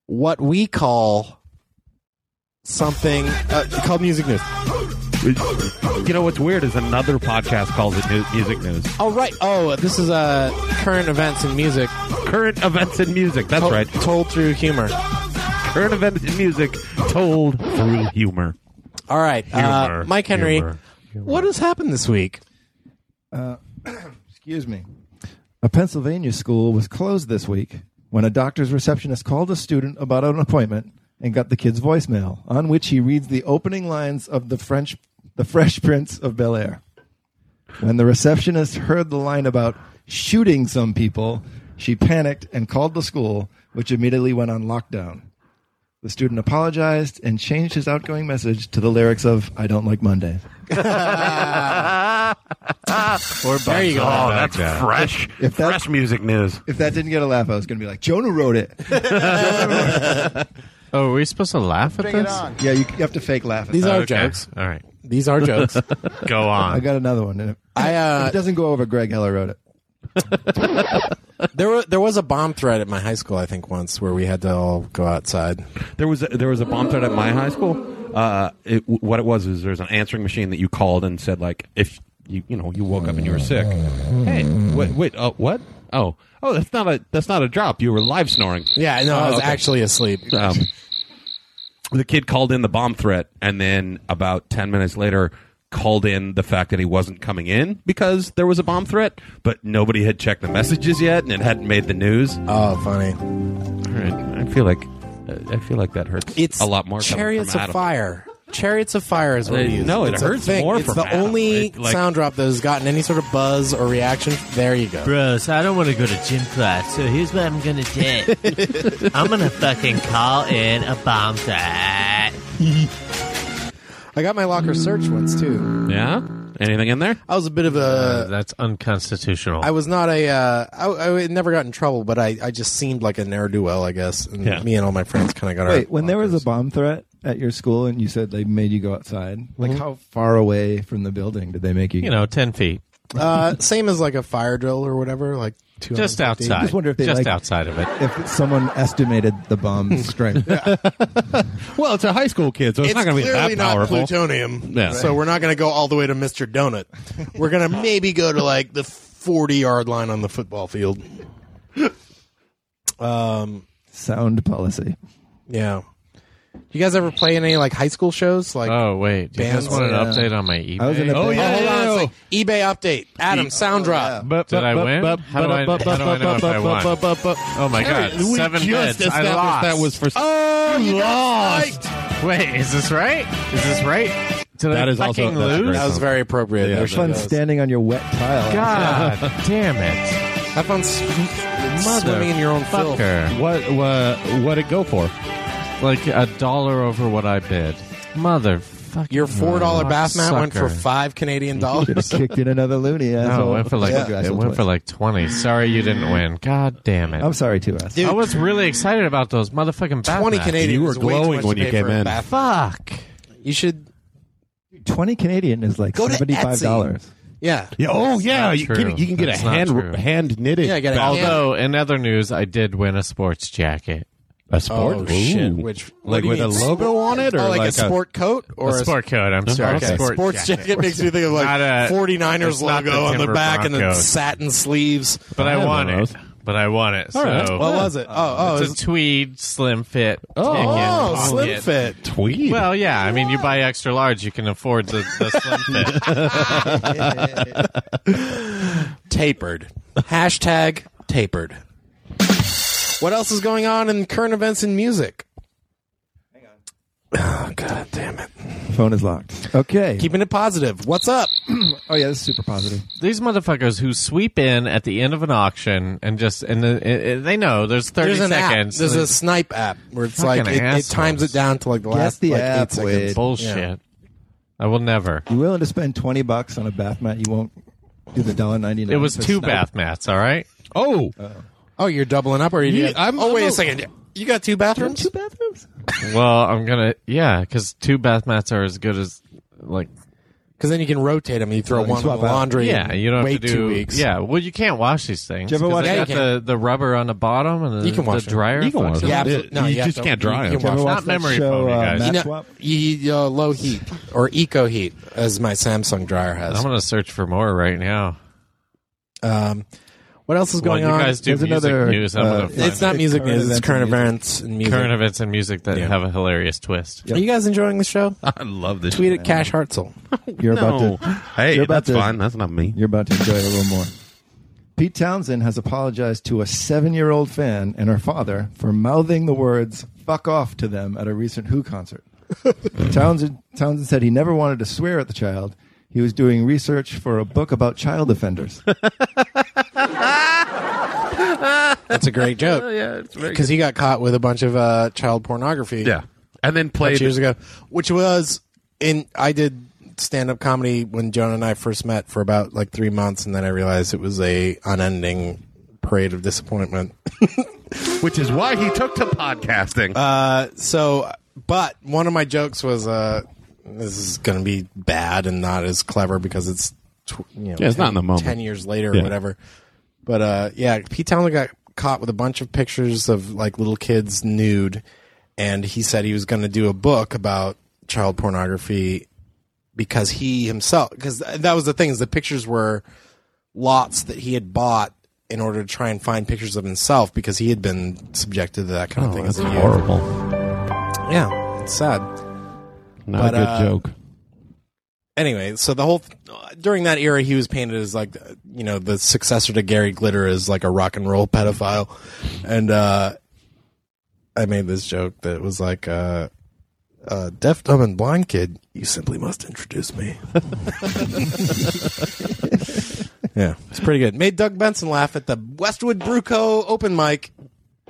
what we call something uh, called music news.
You know what's weird is another podcast calls it mu- music news.
Oh right. Oh, this is uh, current events in music.
Current events in music. That's
To-
right.
Told through humor.
Current events in music told through humor.
All right, uh,
Humor,
Mike Henry.
humor, humor.
What has happened this week?
Excuse me. A Pennsylvania school was closed this week when a doctor's receptionist called a student about an appointment and got the kid's voicemail, on which he reads the opening lines of the French The Fresh Prince of Bel Air. When the receptionist heard the line about shooting some people, she panicked and called the school, which immediately went on lockdown. The student apologized and changed his outgoing message to the lyrics of I Don't Like Mondays.
There you go. Oh, that's fresh.
If that-
fresh music news.
If that didn't get a laugh, I was going to be like, Jonah wrote it.
Oh, are we supposed to laugh at this?
Yeah, you, you have to fake laugh. At
These
that.
are
Okay.
jokes.
All right.
These are jokes.
Go
I
on.
got another one. If
I uh,
it doesn't go over. Greg Heller wrote it.
there were, there was a bomb threat at my high school. I think once where we had to all go outside.
There was a, there was a bomb threat at my high school. Uh, it, what it was is there was an answering machine that you called and said like if you you know you woke up and you were sick. Hey, wait, wait, oh, what? Oh, oh, that's not a that's not a drop. You were live snoring.
Yeah, I know. I was
okay.
actually asleep.
Um, the kid called in the bomb threat, and then about ten minutes later called in the fact that he wasn't coming in because there was a bomb threat, but nobody had checked the messages yet, and it hadn't made the news.
Oh, funny!
I feel like I feel like that hurts.
It's
a lot more. coming
Chariots
from
of
Adam.
Fire. Chariots of Fire is what
Uh,
we use.
no, it
it's a
hurts
thing.
more
It's
from
the
Adam.
only
It, like-
sound drop that has gotten any sort of buzz or reaction. There you go.
Bros, I don't want to go to gym class, so here's what I'm gonna do. I'm gonna fucking call in a bomb threat.
I got my locker search once too.
Yeah. Anything in there?
I was a bit of a
That's unconstitutional.
I was not a. Uh, I, I had never got in trouble, but I, I just seemed like a ne'er do well, I guess. And
Yeah.
me and all my friends kind of got.
Wait,
our
when there was a
lockers.
bomb threat at your school and you said they made you go outside, like how far away from the building did they make you?
you know, 10 feet.
uh, same as like a fire drill or whatever, like two
Just outside.
Just wonder if they
Just
like-
outside of it.
if someone estimated the bomb's strength,
Well, it's a high school kid, so it's,
It's,
not going to be
clearly
that
not
powerful.
plutonium,
Yeah.
so we're not going to go all the way to Mister Donut. we're going to maybe go to like the forty-yard line on the football field. Um.
sound policy.
Yeah. You guys ever play in any like high school shows? Like,
Oh, wait. Do you guys
Bands,
want an
yeah.
update on my eBay?
I was in a
Oh,
band.
yeah.
hold on, it's like eBay update. Adam, sound drop.
Did I win? How do I- how do I know if I won? Oh, my God.
We
Seven
just
bids. I
established
lost.
that was for.
Oh, you lost.
Wait, is this right? Is this right? Did
That
I
is also-
fucking
that's a
lose?
great-
That was very appropriate.
Yeah,
There
Have
she
fun
goes.
standing on your wet tile.
God damn it.
Have fun s- swimming in your own filth.
Fucker.
What what what it go for?
Like a dollar over what I bid. Motherfucker.
Your four dollar bath mat went
Sucker.
for five Canadian
Should have
dollars.
kicked in another loony.
No,
asshole.
it went for like
Yeah.
it went for like twenty. Sorry you didn't win. God damn it.
I'm sorry to us.
Dude,
I was really excited about those motherfucking bath
Twenty
mats.
Canadian.
You were
is way too
glowing
much to
when you
pay
came
for a
in.
bath mat.
Fuck.
You should.
Twenty Canadian is like
Go to
seventy five dollars.
Yeah.
Yeah, oh yeah,
not
you can,
true.
you can get
That's
a
not
hand
true.
hand knitted.
Yeah, I got it.
Although in other news, I did win a sports jacket.
A sport
Oh,
Ooh.
shit. Which what
like
do you
with a
mean,
logo
sport?
on it, or
oh, like, a sport coat or
a sport coat. I'm sorry.
Okay.
Sport
sports jacket, makes me think of like
Not a-
49ers
it's not
logo
the
on the
Denver
back and the
Broncos.
satin sleeves.
But I,
have
want
one of
it.
those.
But I want it. So
right.
What was it? Oh, oh,
it's
it's-
a tweed slim fit.
Oh,
ticket
oh,
pocket.
slim fit.
Tweed.
Well, yeah. I mean, you buy extra large, you can afford the, the slim fit.
Tapered. Hashtag tapered. What else is going on in current events in music? Hang on. Oh, God damn it.
Phone is locked. Okay.
Keeping it positive. What's up?
oh yeah, this is super positive.
These motherfuckers who sweep in at the end of an auction and just and the, it, it- they know there's 30
There's an
seconds.
app. There's a
It's
snipe app where it's
Fucking
like it, it
assholes.
times it down to like the last
the
like
app,
eight seconds.
Wade.
bullshit. I will never.
You willing to spend twenty bucks on a bath mat? You won't do the dollar ninety nine.
It was two bath mats. All right.
oh,
Oh, you're doubling up, or you?
Yeah,
got-
I'm-
oh,
I'm
wait a
a-
second. You got two bathrooms? Two bathrooms.
Well, I'm gonna yeah, because two bath mats are as good as like
Because then you can rotate them. You throw
you
one in the
swap out.
laundry.
yeah.
and
You don't
wait
have to do
two weeks.
yeah. Well, you can't wash these things.
Do you ever
'cause
wash-
they
Yeah, you
got the, the rubber on the bottom and the,
You can wash
the
them.
dryer.
You can
fucks
wash
it
them.
up.
Yeah,
It-
absolutely. No,
you
have
just
to-
can't dry
you
them.
can wash uh,
It's not
them.
memory foam, you guys.
You
That's
know-
what-
you, uh, low heat or eco heat, as my Samsung dryer has.
I'm gonna search for more right now.
Um, what else is
While
going
you
on?
guys do
There's
music
another,
news, I'm
uh,
gonna find
it's not music
Current
news. It's
events
current
and music.
events and music.
current events and music that
Yeah.
have a hilarious twist.
Are you guys enjoying the show?
I love this.
Tweet
shit.
at Cash Hartzell.
You're
No.
about to.
hey,
you're about
that's
to-
fine. That's not me.
You're about to enjoy it a little more. Pete Townsend has apologized to a seven-year-old fan and her father for mouthing the words "fuck off" to them at a recent Who concert. Townsend Townsend said he never wanted to swear at the child. He was doing research for a book about child offenders.
That's a great
Oh,
joke.
Yeah, it's very
Because he got caught with a bunch of uh, child pornography.
Yeah, and then
bunch
played.
of years ago, which was in. I did stand up comedy when Jonah and I first met for about like three months, and then I realized it was a unending parade of disappointment.
which is why he took to podcasting.
Uh, so but one of my jokes was uh this is gonna be bad and not as clever because it's tw- you know,
Yeah, it's not in the moment.
10 years later or
Yeah.
whatever but uh yeah pete townsend got caught with a bunch of pictures of like little kids nude and he said he was gonna do a book about child pornography because he himself because that was the thing is the pictures were lots that he had bought in order to try and find pictures of himself because he had been subjected to that kind of thing
Oh, that's
as a youth.
horrible.
Yeah, it's sad.
Not
But,
a good
uh,
joke.
Anyway, so the whole during that era, he was painted as like you know the successor to Gary Glitter as like a rock and roll pedophile, and uh, I made this joke that was like, uh, uh, "Deaf, dumb, and blind kid, you simply must introduce me." yeah, it's pretty good. Made Doug Benson laugh at the Westwood Bruco open mic,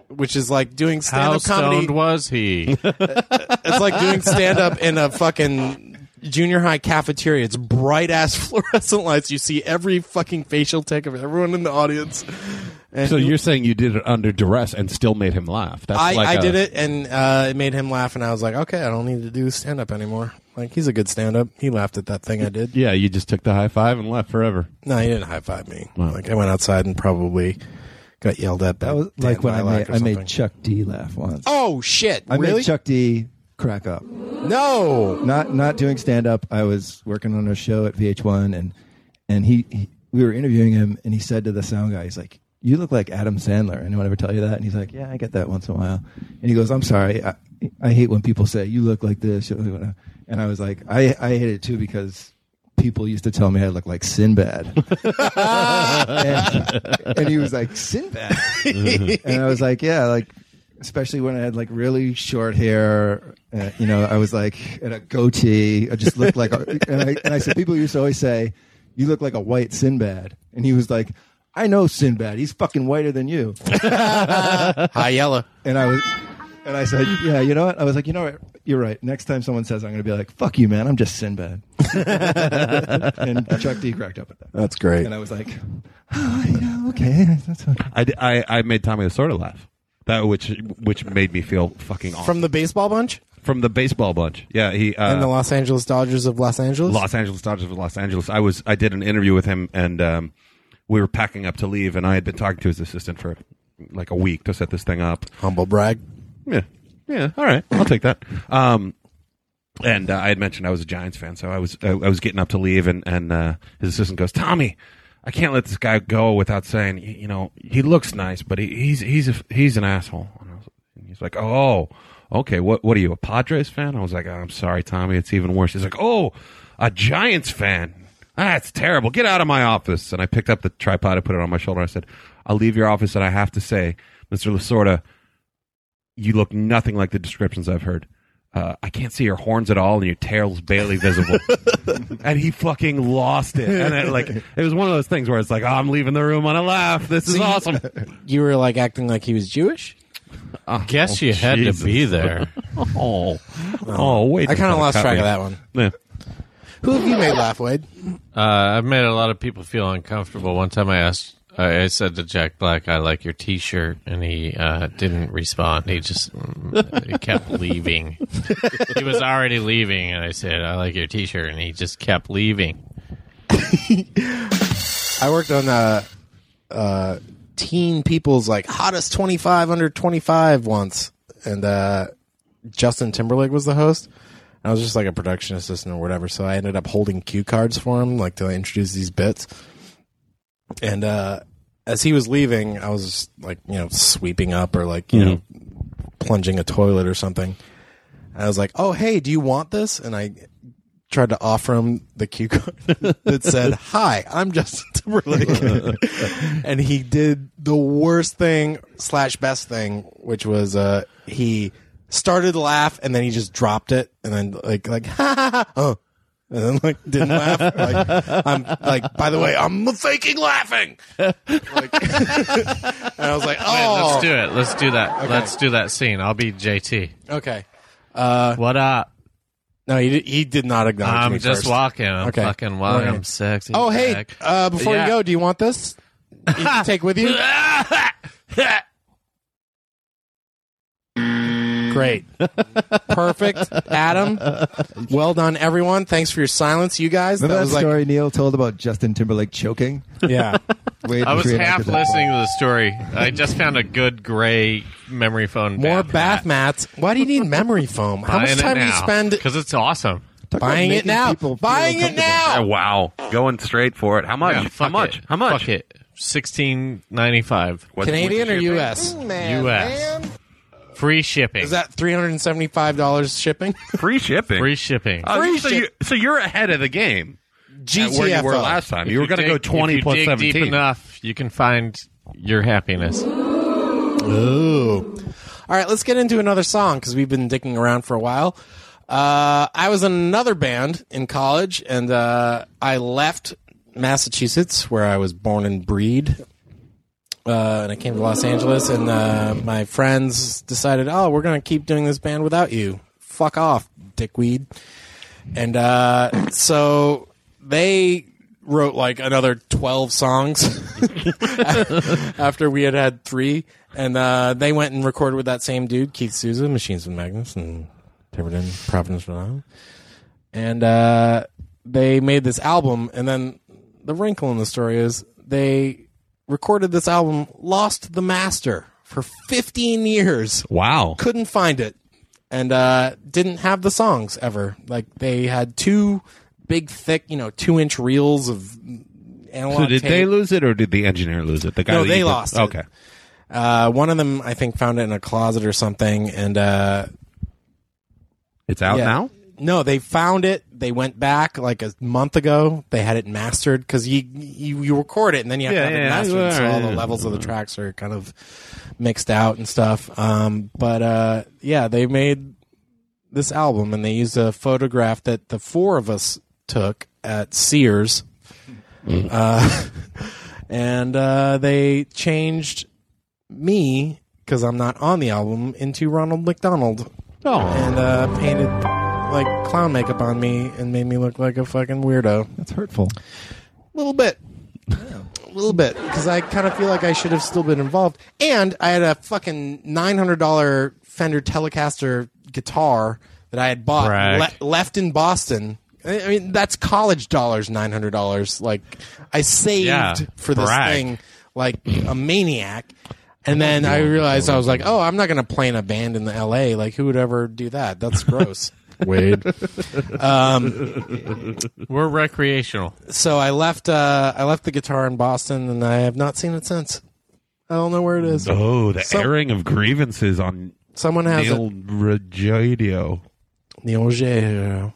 which is like doing
How
stand-up comedy.
stoned was he?
It's like doing stand up in a fucking junior high cafeteria. It's bright ass fluorescent lights. You see every fucking facial take of everyone in the audience. And
So you're saying you did it under duress and still made him laugh? That's
I,
like
I
a-
did it and uh, it made him laugh, and I was like, okay, I don't need to do stand up anymore. Like, he's a good stand up. He laughed at that thing I did.
Yeah, you just took the high five and left forever.
No, he didn't high five me. Like, I went outside and probably got yelled at. By
That was
Dan
like when I
Lilac
made,
or
I made
something.
Chuck D laugh once.
Oh, shit.
I
really?
made Chuck D crack up.
no.
Not not doing stand up. I was working on a show at VH1, and and he, he we were interviewing him, and he said to the sound guy, he's like, "You look like Adam Sandler." Anyone ever tell you that? And he's like, "Yeah, I get that once in a while." And he goes, "I'm sorry, I, I hate when people say you look like this." you look like that." And I was like, I I hate it too because. People used to tell me I look like Sinbad, and, and he was like Sinbad, and I was like, yeah, like especially when I had like really short hair. Uh, you know, I was like at a goatee. I just looked like, a, and, I, and I said, people used to always say, "You look like a white Sinbad," and he was like, "I know Sinbad. He's fucking whiter than you."
Hi, Yella.
And I was, and I said, "Yeah, you know what?" I was like, "You know what? You're right." Next time someone says, "I'm going to be like, fuck you, man. I'm just Sinbad." and Chuck D cracked up at that,
That's great.
and I was like, oh, "Yeah, okay, that's okay."
I, d- I- I made Tommy Lasorda laugh. That which which made me feel fucking awesome.
From the baseball bunch?
from the baseball bunch. Yeah, he uh,
and the Los Angeles Dodgers of Los Angeles?
Los Angeles Dodgers of Los Angeles. I was I did an interview with him, and um, we were packing up to leave, and I had been talking to his assistant for like a week to set this thing up.
Humble brag.
Yeah. Yeah. All right. I'll take that. Um, and uh, I had mentioned I was a Giants fan, so I was I, I was getting up to leave, and and uh, his assistant goes, Tommy, I can't let this guy go without saying, y- you know, he looks nice, but he, he's he's a, he's an asshole. And, I was, and he's like, oh, okay, what what are you a Padres fan? I was like, I'm sorry, Tommy, it's even worse. He's like, oh, a Giants fan. That's terrible. Get out of my office. And I picked up the tripod, I put it on my shoulder, and I said, I'll leave your office, and I have to say, Mr. Lasorda, you look nothing like the descriptions I've heard. Uh, I can't see your horns at all, and your tail's barely visible. and he fucking lost it. And it, like it was one of those things where it's like, oh, I'm leaving the room on a laugh. This is awesome.
You were like acting like he was Jewish.
Guess you had
Jesus.
to be there.
oh, oh, wait.
I kind of lost track of that one.
Yeah.
Who have you made laugh, Wade?
Uh, I've made a lot of people feel uncomfortable. One time I asked, I, I said to Jack Black, "I like your T-shirt," and he uh, didn't respond. He just mm, he kept leaving. he was already leaving, and I said, "I like your T-shirt," and he just kept leaving.
I worked on uh, uh, Teen People's like hottest 25 under 25 once, and uh, Justin Timberlake was the host. I was just like a production assistant or whatever, so I ended up holding cue cards for him, like to introduce these bits. And uh, as he was leaving, I was just, like, you know, sweeping up or like you know, plunging a toilet or something. I was like, "Oh, hey, do you want this?" And I tried to offer him the cue card that said, "Hi, I'm Justin Timberlake," and he did the worst thing slash best thing, which was uh, he started to laugh and then he just dropped it and then like like ha ha ha oh. And then like didn't laugh. Like I'm like. By the way, I'm faking laughing. Like, and I was like,
Let's
oh,
do it. Let's do that. Let's do that scene. I'll be JT.
okay.
What up?
No, he did, he did not acknowledge me
I'm just
first.
walking. I'm
Okay.
fucking walking.
Right.
I'm sexy.
Oh, hey,
Jack.
uh, before
Yeah.
you go, do you want this? You can take with you? Great. Perfect. Adam, well done, everyone. Thanks for your silence, you guys.
Remember
that
that,
was like,
story Neil told about Justin Timberlake choking?
yeah.
Wade
I was half
reenacted that.
listening to the story. I just found a good gray memory phone.
More
bath
bath
mat.
mats. Why do you need memory foam? How much time do you spend
Because it's awesome.
buying it
making
now?
people feel
Buying it
Oh,
now.
wow. Going straight for it. How much?
Yeah,
How
fuck
much?
it.
How much?
Fuck it. Sixteen ninety five.
What's-
Canadian or
what's your-
U.S.?
U.S. Free shipping.
Is that $375 shipping?
Free shipping.
free shipping?
Oh,
free
so,
ship-
you, so you're ahead of the game. at
GTFO.
Where you were last time. You were going to go
Dig- if
20
you
plus
dig
17.
Deep enough, you can find your happiness.
Ooh. All right, let's get into another song because we've been dicking around for a while. Uh, I was in another band in college, and uh, I left Massachusetts, where I was born and breed, uh, and I came to Los Angeles. And uh, my friends decided, "Oh, we're gonna keep doing this band without you. Fuck off, dickweed." And uh, so they wrote like another 12 songs after we had had three. And uh, they went and recorded with that same dude, Keith Souza, Machines with Magnus, and Tiverton, Providence, Rhode Island. And uh, they made this album. And then the wrinkle in the story is they recorded this album, lost the master for 15 years
Wow.
couldn't find it and uh, didn't have the songs ever. Like they had two big, thick, you know, two inch reels of analog
So did
tape.
they lose it or did the engineer lose it? The guy
No,
that
they
you-
lost it.
Okay.
uh, one of them, I think, found it in a closet or something. And uh,
It's out
yeah.
now?
No, they found it. They went back like a month ago. They had it mastered because you, you you record it and then you have
Yeah,
to have
yeah,
it mastered,
yeah, Mm-hmm.
so
yeah,
all the
yeah.
levels of the tracks are kind of mixed out and stuff. Um, but uh, yeah, they made this album and they used a photograph that the four of us took at Sears, uh, and uh, they changed me because I'm not on the album into Ronald McDonald
Oh,
and uh, painted like clown makeup on me and made me look like a fucking weirdo.
That's hurtful.
A little bit. A little bit. Because I kind of feel like I should have still been involved. And I had a fucking $900 Fender Telecaster guitar that I had bought
Brag.
le- left in Boston. I I mean, that's college dollars, $900. Like, I saved
Yeah,
for this
brag.
thing like a maniac. And then I realized I was like, oh, I'm not going to play in a band in the LA. Like, who would ever do that? That's gross. Wade. Um,
We're recreational.
so I left. Uh, I left the guitar in Boston, and I have not seen it since. I don't know where it is.
Oh, the
Some-
airing of grievances on
Someone has
Neil Regadio.
Neil Regadio.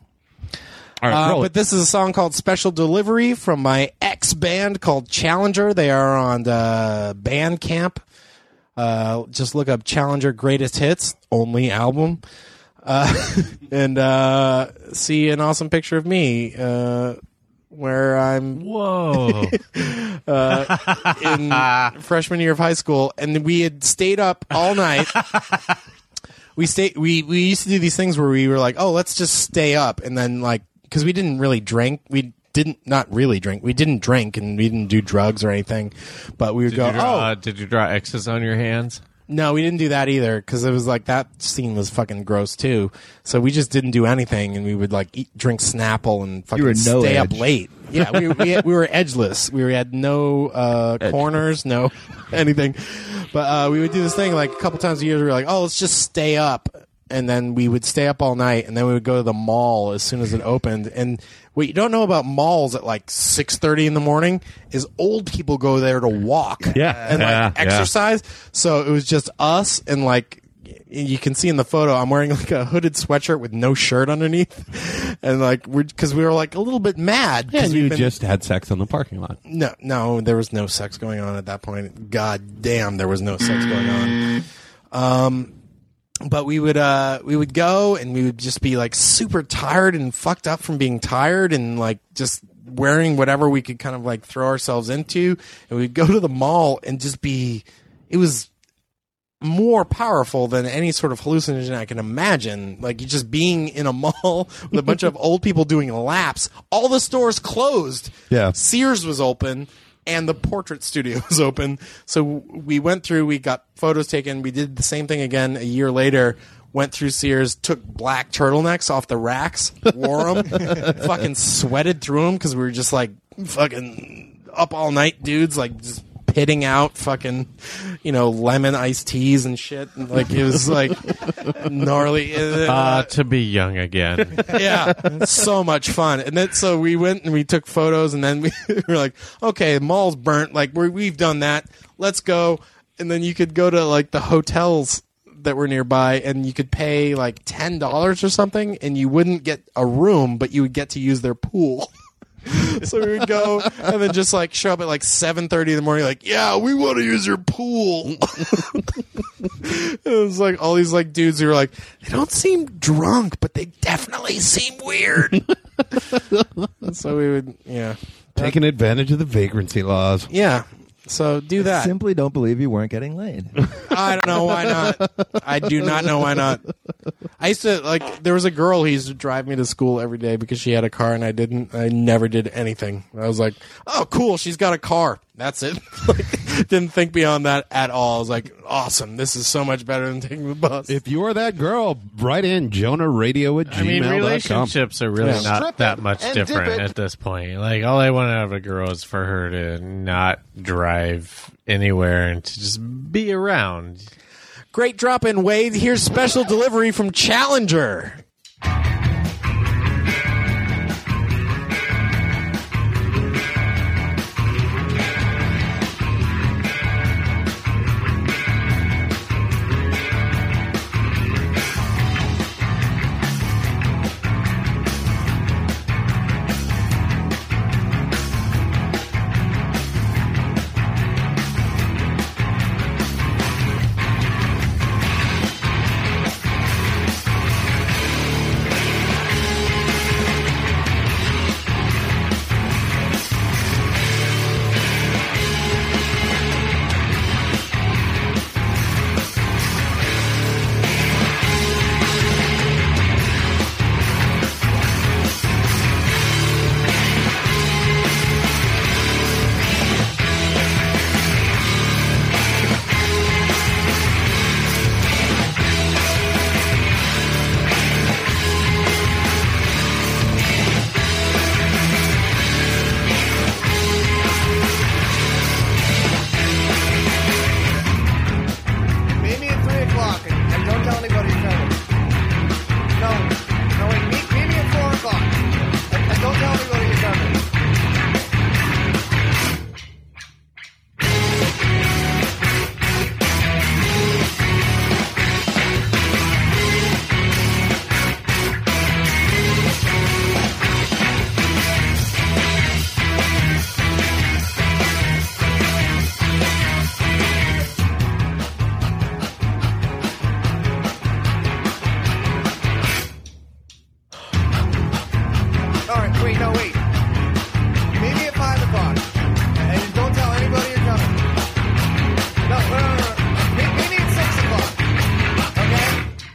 All right,
Uh,
roll
but
it.
this is a song called Special Delivery from my ex band called Challenger. They are on uh, Bandcamp. Uh, just look up Challenger Greatest Hits, only album. Uh, and uh, see an awesome picture of me uh, where I'm.
Whoa.
uh, in freshman year of high school, and we had stayed up all night. we stay. We we used to do these things where we were like, oh, let's just stay up, and then like because we didn't really drink, we didn't not really drink. We didn't drink, and we didn't do drugs or anything. But we would
Did
go,
you draw,
oh,
uh, did you draw X's on your hands?
no, we didn't do that either because it was like that scene was fucking gross too. So we just didn't do anything, and we would like eat, drink Snapple, and fucking
were no
stay up
edge.
late. Yeah, we we, we were edgeless. We had no uh, corners, no anything. But uh, we would do this thing like a couple times a year. We were like, oh, let's just stay up, and then we would stay up all night, and then we would go to the mall as soon as it opened. And what you don't know about malls at like six thirty in the morning is old people go there to walk,
Yeah.
and like
Yeah, yeah.
exercise size. So it was just us and like y- you can see in the photo, I'm wearing like a hooded sweatshirt with no shirt underneath, and like we're because we were like a little bit mad. 'cause
And
we've
you
been-
just had sex in the parking lot.
no, no, there was no sex going on at that point. God damn, there was no sex going on. Um, but we would uh, we would go and we would just be like super tired and fucked up from being tired and like just wearing whatever we could kind of like throw ourselves into, and we'd go to the mall and just be. It was more powerful than any sort of hallucinogen I can imagine. Like you just being in a mall with a bunch of old people doing laps. All the stores closed.
Yeah.
Sears was open and the portrait studio was open. So we went through, we got photos taken. We did the same thing again a year later. Went through Sears, took black turtlenecks off the racks, wore them, fucking sweated through them because we were just like fucking up all night dudes, like just pitting out fucking, you know, lemon iced teas and shit. And, like it was like gnarly.
Uh, to be young again.
yeah, so much fun. And then so we went and we took photos, and then we were like, okay, the mall's burnt. Like we we've done that. Let's go. And then you could go to like the hotels that were nearby, and you could pay like ten dollars or something, and you wouldn't get a room, but you would get to use their pool. so we would go and then just like show up at like 7.30 in the morning like yeah we want to use your pool it was like all these like dudes who were like they don't seem drunk but they definitely seem weird so we would yeah
Taking advantage of the vagrancy laws.
yeah so do that
Simply don't believe you weren't getting laid.
I don't know why not. I do not know why not. I used to like there was a girl who used to drive me to school every day because she had a car and I didn't. I never did anything. I was like, oh cool, she's got a car. That's it. like, didn't think beyond that at all. I was like, awesome. This is so much better than taking the bus.
If you're that girl, write in Jonah Radio at
I mean,
gmail.com.
relationships are really
Yeah.
not
Strip it
that much
and dip
different
it.
at this point. Like, all I want out of a girl is for her to not drive anywhere and to just be around.
Great drop in Wade. Here's special delivery from Challenger.
Thank Wait, no, wait. Meet me at 5 o'clock. And don't tell anybody you're coming. No, no, no, no. Meet, meet me at 6 o'clock. Okay?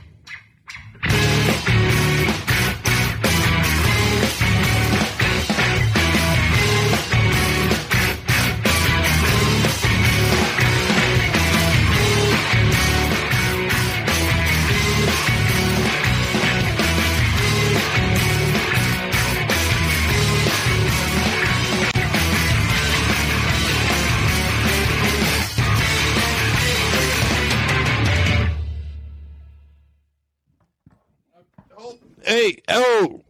Hey, oh,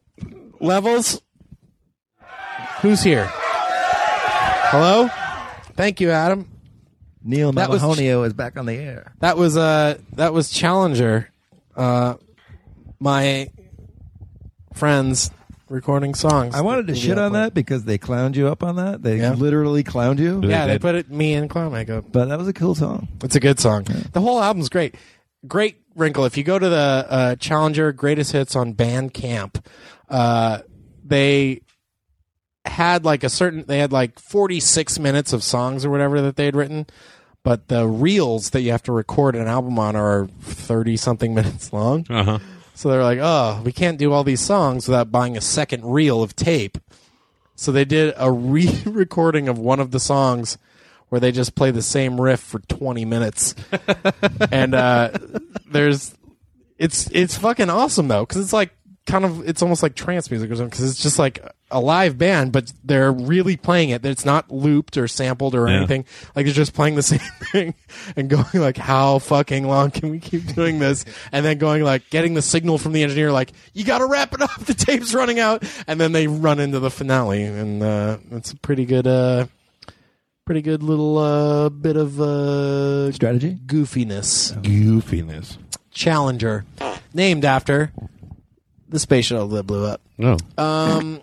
levels. Who's here? Hello. Thank you, Adam.
Neil
That was-
Malahonio is back on the air.
That was uh that was Challenger, uh, my friends recording songs.
I wanted to shit on that because they clowned you up on that. They literally clowned you.
Yeah, they put it me in clown makeup.
But that was a cool song.
It's a good song. The whole album's great. Great wrinkle. If you go to the uh, Challenger Greatest Hits on Bandcamp, uh, they had like a certain. They had like forty six minutes of songs or whatever that they'd written, but the reels that you have to record an album on are thirty something minutes long.
Uh-huh.
So they're like, oh, we can't do all these songs without buying a second reel of tape. So they did a re recording of one of the songs where they just play the same riff for 20 minutes. and uh, there's, it's, it's fucking awesome though, because it's like kind of, it's almost like trance music or something, because it's just like a live band, but they're really playing it. It's not looped or sampled or
Yeah.
anything. Like they're just playing the same thing and going like, how fucking long can we keep doing this? And then going like, getting the signal from the engineer, like, you gotta wrap it up. The tape's running out. And then they run into the finale. And, uh, it's a pretty good, uh, pretty good little, uh, bit of, uh,
strategy
goofiness.
Goofiness.
Challenger, named after the space shuttle that blew up.
No.
Um,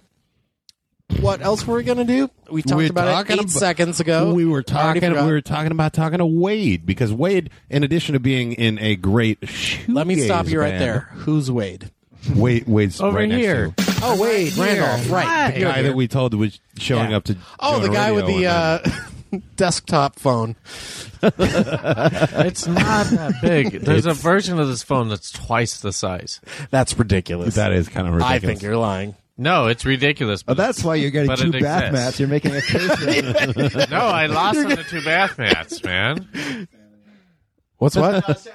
what else were we gonna do? We talked
We're
about it
talking
eight
ab-
seconds ago.
We were
Oh, I already
talking. We
forgot.
were talking about talking to Wade because Wade, in addition to being in a great,
Let me stop you right there. Who's Wade?
Wade, Wade's
Over
right next
here.
to you.
Oh, Wade
Here.
Randolph, right?
The guy that we told was showing
Yeah.
up to.
Oh, the
Jonah
guy with
Radio
the
and-
uh, desktop phone.
it's not that big. There's a version of this phone that's twice the size.
That's ridiculous.
That is kind of ridiculous.
I think you're lying.
No, it's ridiculous.
Oh, that's why you're getting
But
two
it
bath
exists.
mats. You're making a case. for it.
no, I lost on the two bath mats, man.
What's what?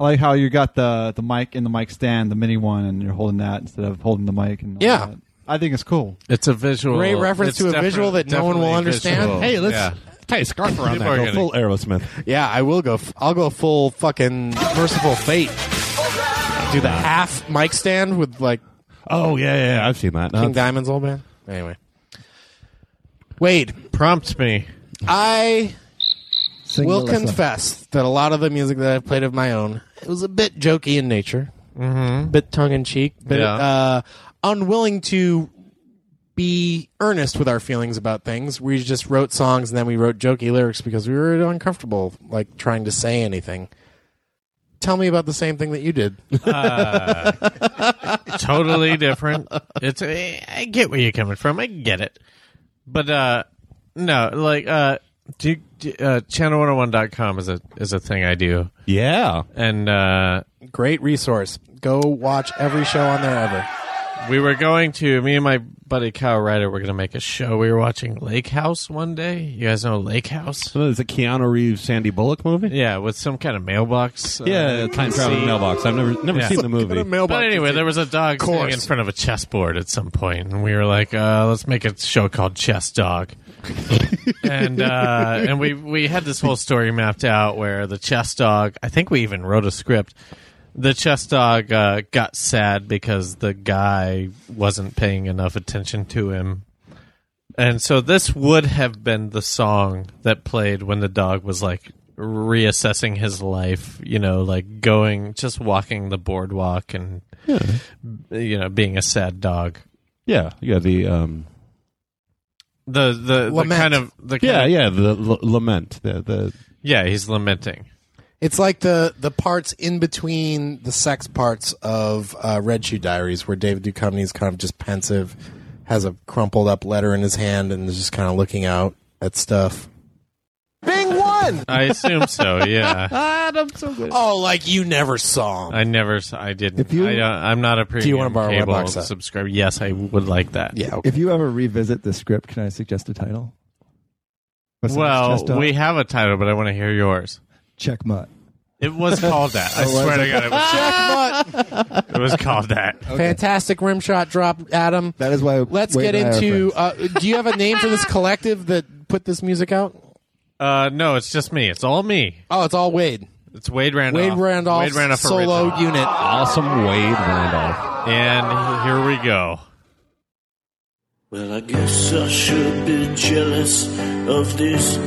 I like how you got the the mic in the mic stand, the mini one, and you're holding that instead of holding the mic. And all
Yeah.
that. I think it's cool.
It's a visual.
Great reference
It's
to a
defi-
visual that no one will
definitely
understand.
visual.
Hey, let's-
Yeah.
Hey, scarf around
People are
that. Go
gonna-
full Aerosmith.
Yeah, I will go. F- I'll go full fucking merciful fate. Do the half mic stand with like
Oh yeah, yeah, yeah, I've seen that.
King
No,
Diamond's old man. Anyway, Wade,
Prompt me.
I
Sing
will
the lesson.
confess that a lot of the music that I've played of my own it was a bit jokey in nature, mm-hmm. bit tongue in cheek, bit
Yeah.
uh, unwilling to be earnest with our feelings about things. We just wrote songs and then we wrote jokey lyrics because we were uncomfortable, like trying to say anything. Tell me about the same thing that you did.
totally different. It's I I get where you're coming from. I get it. But uh no, like uh do, you- do uh channel101.com is a is a thing I do.
yeah,
And uh
Great resource. Go watch every show on there ever.
we were going to me and my buddy Kyle Ryder were going to make a show. We were watching Lake House one day. You guys know Lake House?
so it's a Keanu Reeves, Sandy Bullock movie.
Yeah, with some kind of mailbox. uh,
Yeah, time traveling
scene.
mailbox. I've never never
Yeah.
seen the movie.
But anyway, there was a dog sitting
course.
in front of a chessboard at some point, and we were like, uh, "Let's make a show called Chess Dog," and uh, and we we had this whole story mapped out where the chess dog. I think we even wrote a script. The chess dog uh, got sad because the guy wasn't paying enough attention to him, and so this would have been the song that played when the dog was like reassessing his life, you know, like going just walking the boardwalk and you know, being a sad dog.
Yeah, yeah, the um,
The the, the
Lament.
kind of the kind
yeah,
of-
yeah, the l- lament, the the
yeah, he's lamenting.
It's like the the parts in between the sex parts of uh, Red Shoe Diaries, where David Duchovny is kind of just pensive, has a crumpled up letter in his hand, and is just kind of looking out at stuff. Bing one.
I assume so. Yeah.
Ah, I'm so good. Oh, like you never saw him.
I never. s- I didn't. I don't, I'm not a premium
wanna borrow my
cable
box set?
subscriber. Yes, I would like that.
Yeah.
If you ever revisit the script, can I suggest a title?
well,
just, uh,
we have a title, but I want to hear yours.
Checkmut.
It was called that. I
Oh, was
swear to
it?
God, it was,
Jackpot.
it was called that.
Fantastic rim shot drop, Adam. That is why. Let's
Wade
get
and I are
into. Uh, do you have a name for this collective that put this music out?
Uh, no, it's just me. It's all me.
Oh, it's all Wade.
It's Wade Randolph.
Wade Randolph's
Oh, Wade Randolph
solo
original.
unit.
Awesome Wade Randolph.
And here we go.
Well, I guess I should be jealous of these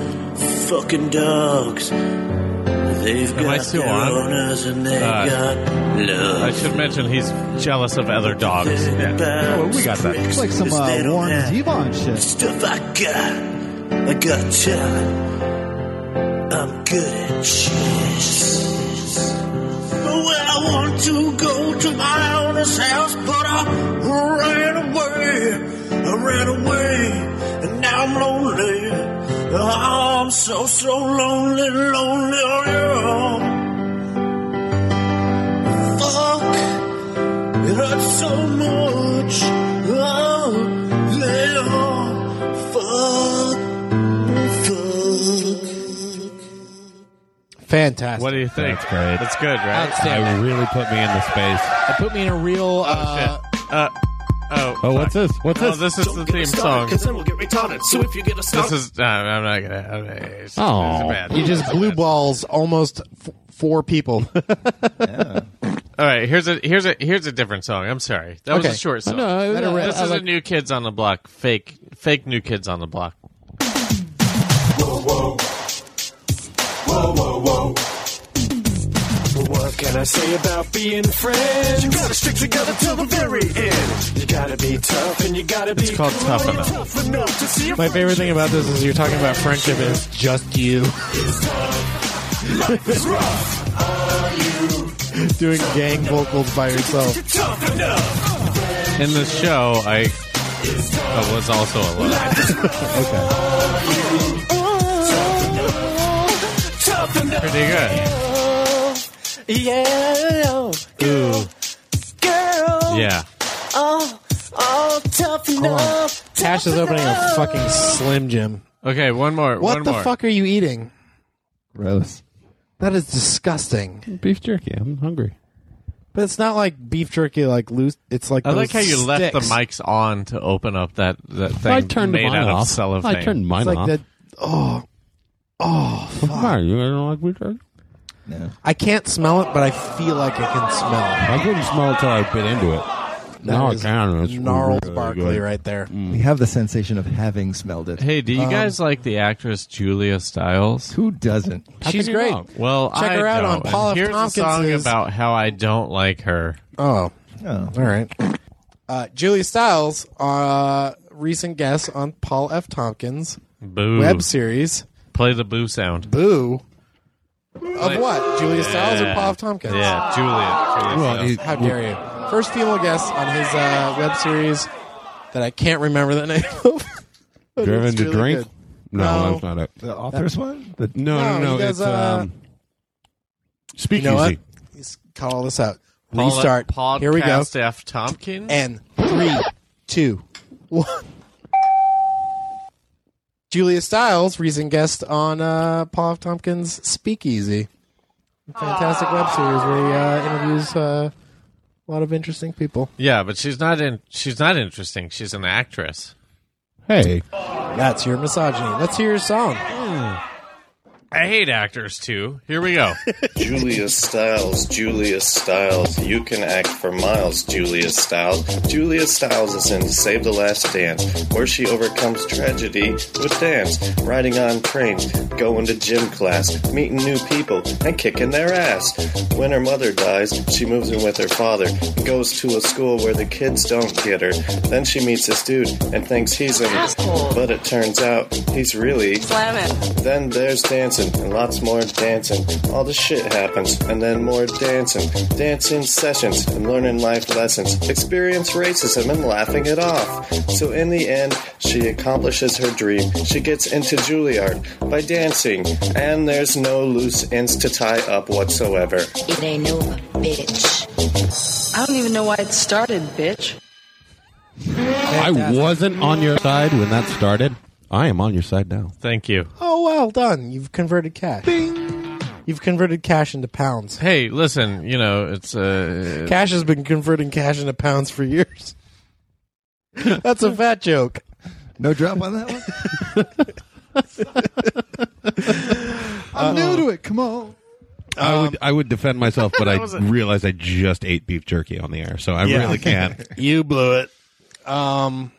fucking dogs. They've
Am I
got
still
their
on?
owners and they
Uh,
got love.
I should mention he's jealous of other dogs. Yeah.
Oh,
we got that.
It's like some uh, Warren Zevon shit.
Stuff I got, I got talent. I'm good at chess. Well, I want to go to my owner's house, but I ran away. I ran away, and now I'm lonely. I'm so, so lonely, lonely. I am. Fuck, it hurts so much. Oh, yeah, fuck, fuck.
Fantastic.
What do you think? That's great. That's good, right?
I really put me in the space.
It put me in a real.
Uh, uh, oh,
Oh, what's this? What's
oh,
this?
this is the theme song.
Because then we'll get retarded. So if you get a stop,
This is. No, I'm not gonna. I'm not- it's-
Oh,
it's bad.
you just blue balls almost f- four people.
All right, here's a here's a here's a different song. I'm sorry, that was
Okay.
a short song.
No, I- I-
this
I
is
like-
a new Kids on the Block, fake fake new Kids on the Block.
Whoa, whoa, whoa. What can I say about being friends? You gotta stick together till the very end. You gotta be tough and you gotta be
It's called Tough Enough.
tough enough to see
My favorite thing about this is you're talking about friendship and it's just you
life is rough.
doing gang vocals by yourself.
Tough enough.
In the show, I, I was also alone.
Tough enough.
Pretty good.
Yeah.
Ooh,
Girl.
yeah.
Oh, oh, tough enough.
Tash is opening a fucking Slim Jim.
Okay, one more.
What
one
the
more.
fuck are you eating?
Gross.
That is disgusting.
Beef jerky. I'm hungry.
But it's not like beef jerky, like loose. It's like
I like how
those
you left the
sticks.
mics on to open up that that thing
I turned
made
mine
out
off.
of cellophane.
I turned mine
It's like
off.
that. Oh, oh,
Why
fuck.
you don't like beef jerky?
I can't smell it, but I feel like I can smell
I couldn't smell it till I bit into it.
it.
now I
is
can. It's
gnarled
really
Barkley
good. Mm.
right there.
We have the sensation of having smelled it.
Hey, do you
Um,
guys like the actress Julia Stiles?
Who doesn't?
She's great.
Well,
Check
I
her out
don't.
on Paul F.
Here's a song
Tompkins's-
about how I don't like her.
Oh,
Oh.
all right. Uh, Julia Stiles, uh, recent guest on Paul F. Tompkins
Boo.
web series.
Play the boo sound.
Boo. Of what? Julia Stiles or
Yeah.
Paul F. Tompkins?
Yeah, Julia. Julia
Well,
Stiles.
it-
How dare you? First female guest on his uh, web series that I can't remember the name of. But
Driven
it's
to
really
drink?
good.
No,
No.
that's not it.
The author's one? The,
No, no,
No,
no.
he does,
it's
uh,
um,
You
speakeasy.
know what? Let's cut all this out.
Paula-
Restart.
Podcast
Here we go.
F. Tompkins.
And three, two, one. Julia Stiles, recent guest on uh, Paul F. Tompkins' Speakeasy. Fantastic web series where he uh, interviews uh, a lot of interesting people.
yeah, but she's not in. She's not interesting. She's an actress.
Hey,
That's your misogyny. Let's hear your song.
I hate actors too. Here we go.
Julia Stiles, Julia Stiles, you can act for miles, Julia Stiles. Julia Stiles is in Save the Last Dance, where she overcomes tragedy with dance, riding on trains, going to gym class, meeting new people, and kicking their ass. When her mother dies, she moves in with her father, goes to a school where the kids don't get her. Then she meets this dude and thinks he's in, but it turns out he's really
Slam it.
then there's dancing. dancing, and lots more dancing. All the shit happens, and then more dancing. Dancing sessions, and learning life lessons. Experience racism and laughing it off. So in the end, she accomplishes her dream. She gets into Juilliard by dancing, and there's no loose ends to tie up whatsoever.
It ain't no bitch. I don't even know why it started, bitch.
I wasn't on your side when that started. I am on your side now.
Thank you.
Oh, well done. You've converted cash. You've converted cash into pounds.
Hey, listen, you know, it's uh,
Cash has been converting cash into pounds for years. That's a fat joke.
No drop on that
one?
I'm new to it. Come on.
I
Um,
would I would defend myself, but I realized I just ate beef jerky on the air, so I
Yeah.
really can't.
you blew it. Um,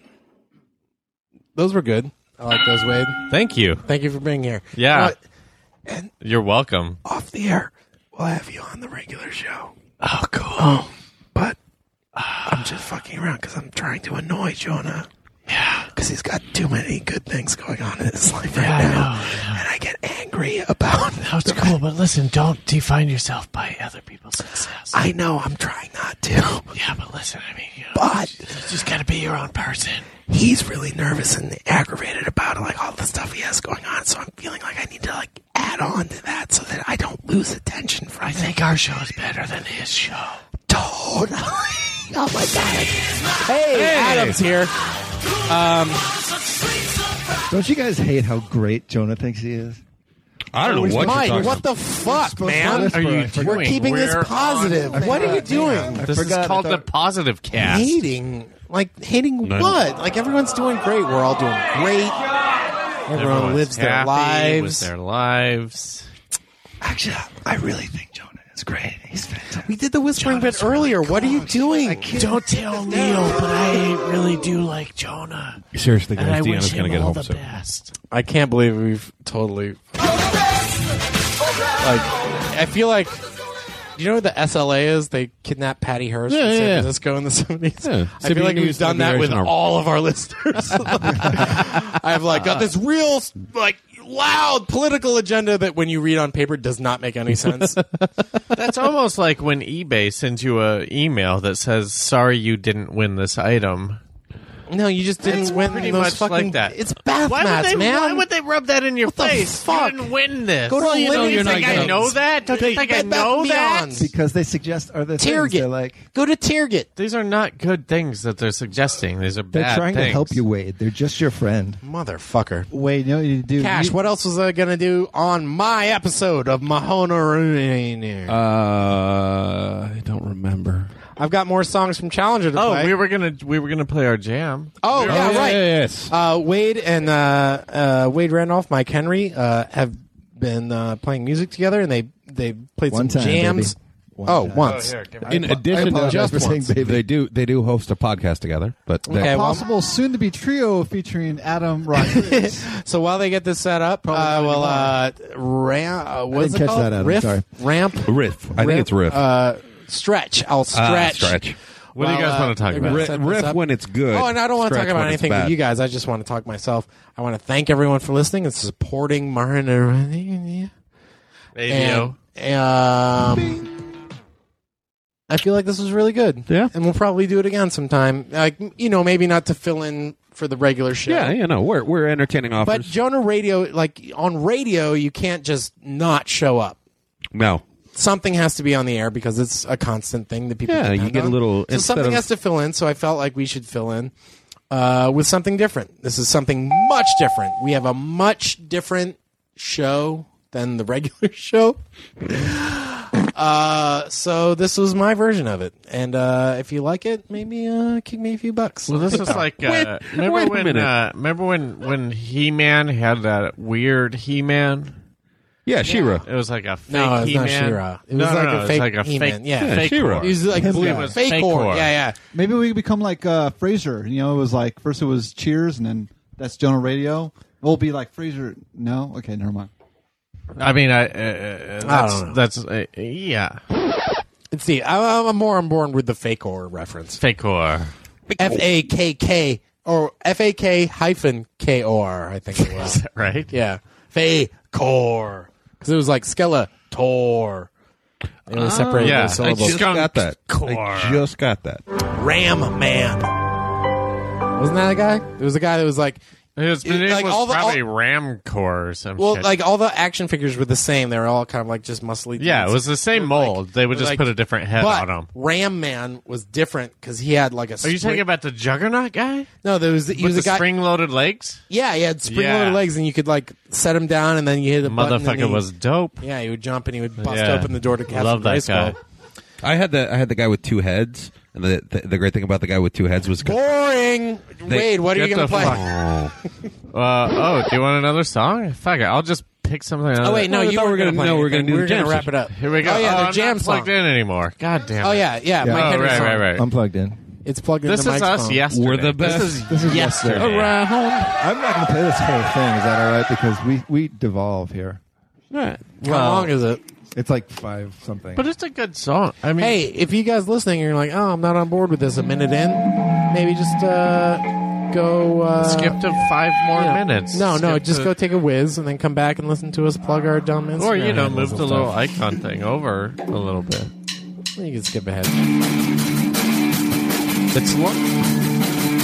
those were good. I like those, Wade.
Thank you.
Thank you for being here.
Yeah.
Uh,
You're welcome.
off the air, we'll have you on the regular show.
Oh, cool.
Oh, but I'm just fucking around because I'm trying to annoy Jonah. Yeah, because he's got too many good things going on in his life right now, and I get angry about.
No, it's cool, but listen, don't define yourself by other people's success.
I know I'm trying not to.
Yeah, but listen, I mean, you know,
but
you just gotta be your own person.
He's really nervous and aggravated about like all the stuff he has going on, so I'm feeling like I need to like add on to that so that I don't lose attention from. I think
our show is better than his show.
Totally. Oh my god. Hey, Adam's here. Um,
Don't you guys hate how great Jonah thinks he is?
I
don't know what you're
Mike,
talking
what the fuck, man?
whisper, Are you I forgot.
We're keeping this
We're on-
positive.
I
What are you
forgot,
doing?
yeah. I
This is
forgot, I
called the
thought-
positive cast.
Hating, like hating
No.
what? Like everyone's doing great. We're all doing great. Everyone
Everyone's
lives their
happy
lives.
With their lives.
Actually, I really think Jonah is great. He's fantastic. We did the whispering bit earlier. What are you doing?
Don't tell Neil, but I really do like Jonah.
Seriously,
and
guys,
I
Deanna's
wish
gonna
him
get
all
home
the
soon.
best.
I can't believe we've totally. Like, I feel like. You know what the SLA is? They kidnapped Patty Hearst
Yeah,
in
yeah,
San
yeah.
Francisco in the 70s.
Yeah.
I feel like
Civilian
we've done that with
Liberation Army.
all of our listeners. I've like got this real like loud political agenda that when you read on paper does not make any sense.
That's almost like when eBay sends you a email that says, "Sorry, you didn't win this item."
no, you just didn't
It's
win
pretty
those
much
fucking
like that.
It's bath
Why would
mats,
they-
man.
why would they rub that in your face? You didn't win this.
Go to
Well,
a
you
lady
know
and
you're
say,
not
"I
gonna-
know
that? Don't you think I know that?"
Because they suggest other things.
Target.
They're like
Go to Target.
These are not good things that they're suggesting. These are
they're
bad
trying
things.
to help you, Wade. They're just your friend.
Motherfucker.
Wade, you know what you do?
Cash,
You-
what else was I gonna do on my episode of Mahonaroon?
Uh, I don't remember.
I've got more songs from Challenger to
Oh,
play.
we were gonna we were gonna play our jam.
Oh,
We were-
yeah, right. Uh, Wade and uh, uh, Wade Randolph, Mike Henry, uh, have been uh, playing music together, and they they played
One
some
time,
jams.
baby.
oh,
time.
once.
Oh, here, give
In
I- I
addition to
apologize
just
for saying
once,
baby.
they do they do host a podcast together, but they're-
Okay, well-
Possible soon-to-be trio featuring Adam Rodriguez.
so while they get this set up, I will uh, ramp. Uh, what
I
is
didn't
it
catch
called?
that, Adam.
Riff,
Sorry.
ramp,
riff. I think it's riff.
Uh, stretch. I'll
Ah,
stretch.
stretch.
What do you guys wanna talk
they're
about?
gonna
Ri-
set this
riff
up.
when it's good,
Oh, and I don't want to talk
stretch
about
when it's
anything with
bad.
you guys. I just want to talk myself. I want to thank everyone for listening and supporting Martin.
AVO.
And, um, I feel like this was really good. Yeah. And we'll probably do it again sometime. Like, you know, maybe not to fill in for the regular show.
yeah, you know, we're we're entertaining
But
offers.
Jonah Radio, like, on radio, you can't just not show up.
no,
Something has to be on the air because it's a constant thing that people.
Yeah,
depend
you get a
on.
little-
So
instead
something
of-
has to fill in. So I felt like we should fill in uh, with something different. This is something much different. We have a much different show than the regular show. Uh, so this was my version of it, and uh, if you like it, maybe uh, kick me a few bucks.
Well, this is
TikTok.
like uh, remember
wait a
when
minute.
uh, remember when when He Man had that weird He Man.
Yeah, She-Ra.
It was like a fake
No, it's
He-Man.
not She-Ra. It
no,
was
no,
like
no,
a
it was
fake
like a
He-Man.
fake,
Yeah.
fake
She-Ra.
He
He was like blue- fake whore. Yeah, yeah.
Maybe we could become like uh, Frasier. You know, it was like first it was Cheers, and then that's Jonah Radio. We'll be like Frasier. No, okay, never mind.
I mean, I, uh, uh, that's,
know.
that's uh, yeah,
Let's see. I'm, I'm more on board with the fake horror reference.
fake whore.
F A K K or F A K hyphen K O R. I think it was
right.
Yeah, fake core. because it was like Skeletor. They were
Ah.
separated
yeah,
by syllables.
I just got that. I just got that.
Ram Man. Wasn't that a guy? There was a guy that was like.
His
it-
name
like,
was
all the- all-
probably Ramcore or some
Well,
shit.
like all the action figures were the same. They were all kind of like just muscly.
yeah, it
dudes.
was the same mold. they would just
like-
put a different head
but
on him.
Ram Man was different because he had like a.
Are you talking about the Juggernaut guy?
No, there was he
With
was
the
a guy.
spring-loaded legs.
yeah, he had spring
Yeah.
legs, and you could like set him down, and then you hit a button and
Motherfucker
he-
was dope.
Yeah, he would jump and he would bust
Yeah.
open the door to Castle
Love that guy.
Grayskull.
I had the I had the guy with two heads, and the the, the great thing about the guy with two heads was
Boring.
They-
Wade, what are you
Get
gonna
the
play?
fuck- uh, oh, do you want another song? Fuck it, I'll just pick something.
Oh wait, no,
I
you
thought
were
we
gonna,
gonna
play
play
anything. we
anything.
are gonna wrap it up.
Here we go.
Oh yeah,
oh,
their
I'm
jam
not
song.
plugged in anymore. God damn.
Oh
it.
yeah, yeah. Mike
oh, right,
Henderson.
right, right.
I'm plugged in.
It's plugged
This
into
is
Mike's
us
phone.
yesterday.
We're the best.
This is,
This is yesterday. I'm not going to play this whole thing. Is that all right? Because we we devolve here.
How
Oh.
long is it?
It's like five something.
But it's a good song. I mean,
hey, if you guys listening, you're like, oh, I'm not on board with this. A minute in, maybe just uh, go uh,
Skip to five more
you know.
minutes.
No, no,
Skip
just
to-
go take a whiz and then come back and listen to us plug our dumb Instagram.
Or you know, move
handles and
the little
stuff.
icon thing over a little bit.
You can skip ahead.
It's lo-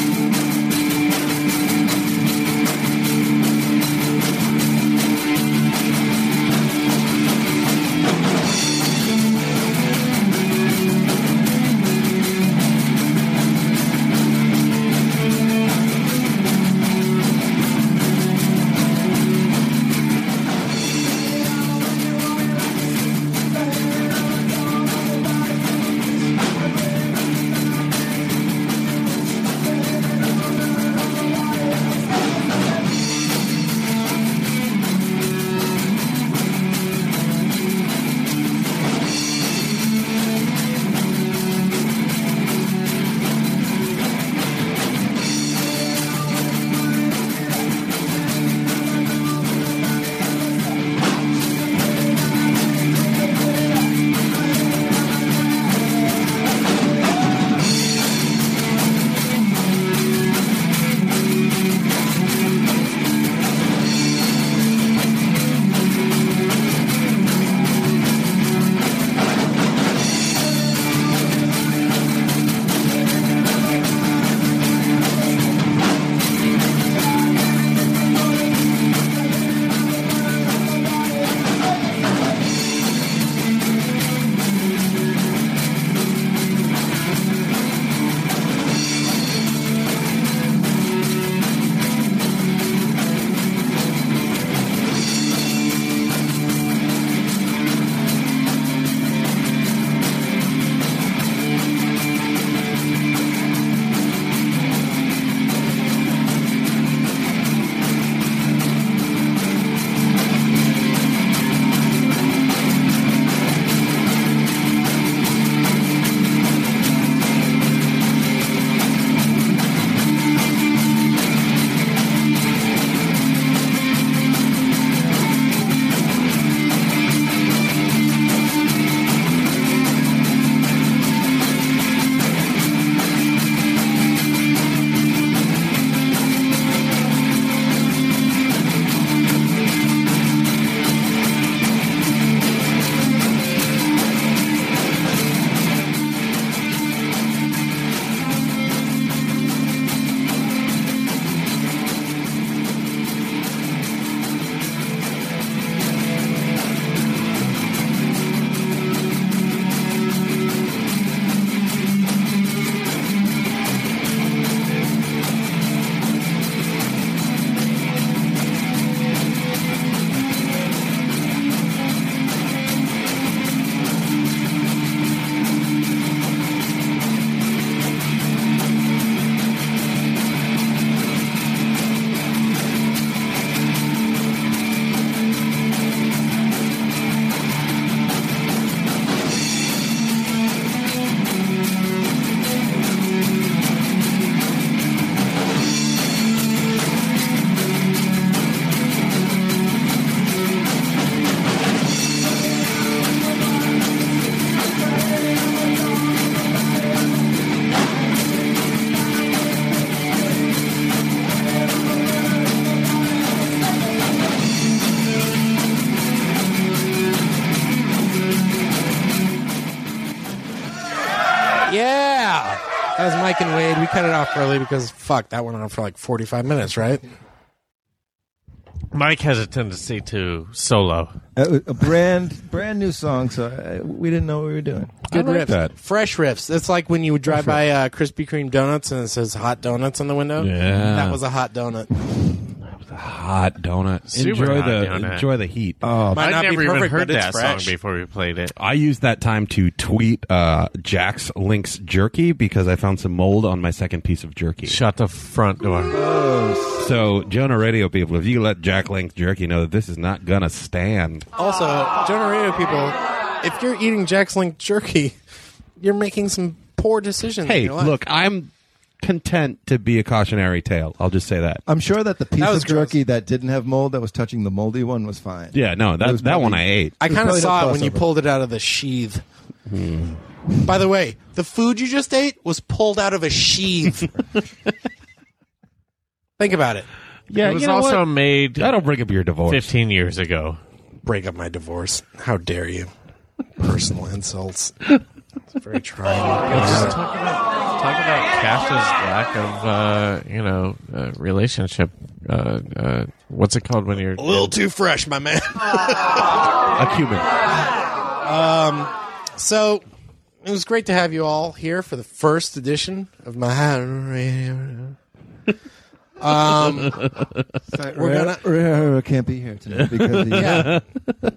That was Mike and Wade. We cut it off early because fuck, that went on for like forty-five minutes, right?
Mike has a tendency to solo.
Uh, A, a brand brand new song, so I, we didn't know what we were doing.
Good riffs, fresh riffs. It's like when you would drive by uh, Krispy Kreme donuts and it says "hot donuts" on the window.
Yeah.
that was a hot donut.
Hot donut.
Super
enjoy
hot
the
donut.
enjoy the heat.
Oh, Might
I'd
not be
never even
perfect,
heard
but it's
that
fresh.
song before we played it.
I used that time to tweet uh, Jack's Link's jerky because I found some mold on my second piece of jerky.
Shut the front door.
So, Jonah Radio people, if you let Jack Link's jerky know that this is not gonna stand,
Oh,
Also, Jonah Radio people, if you're eating Jack's Link jerky, you're making some poor decisions. in
hey,
your life.
look, I'm content to be a cautionary tale. I'll just say that.
I'm sure that the piece
That was
of jerky that didn't have mold that was touching the moldy one was fine.
Yeah, no, that
It was
that
probably-
one I ate.
I
was
kind of
probably
saw
that
it when you
crossover.
pulled it out of the sheath. By the way, the food you just ate was pulled out of a sheath. Think about it.
it was also made.
That'll bring up your divorce.
Fifteen years ago.
Break up my divorce. How dare you? Personal insults. It's very trying.
Let's talk about talk about Cash's lack of uh, you know uh, relationship. Uh, uh, what's it called when you're
a little too fresh, my man.
a Cuban.
Um, so it was great to have you all here for the first edition of my um, we're gonna
Rare can't be here tonight because
Uh,
he,
yeah.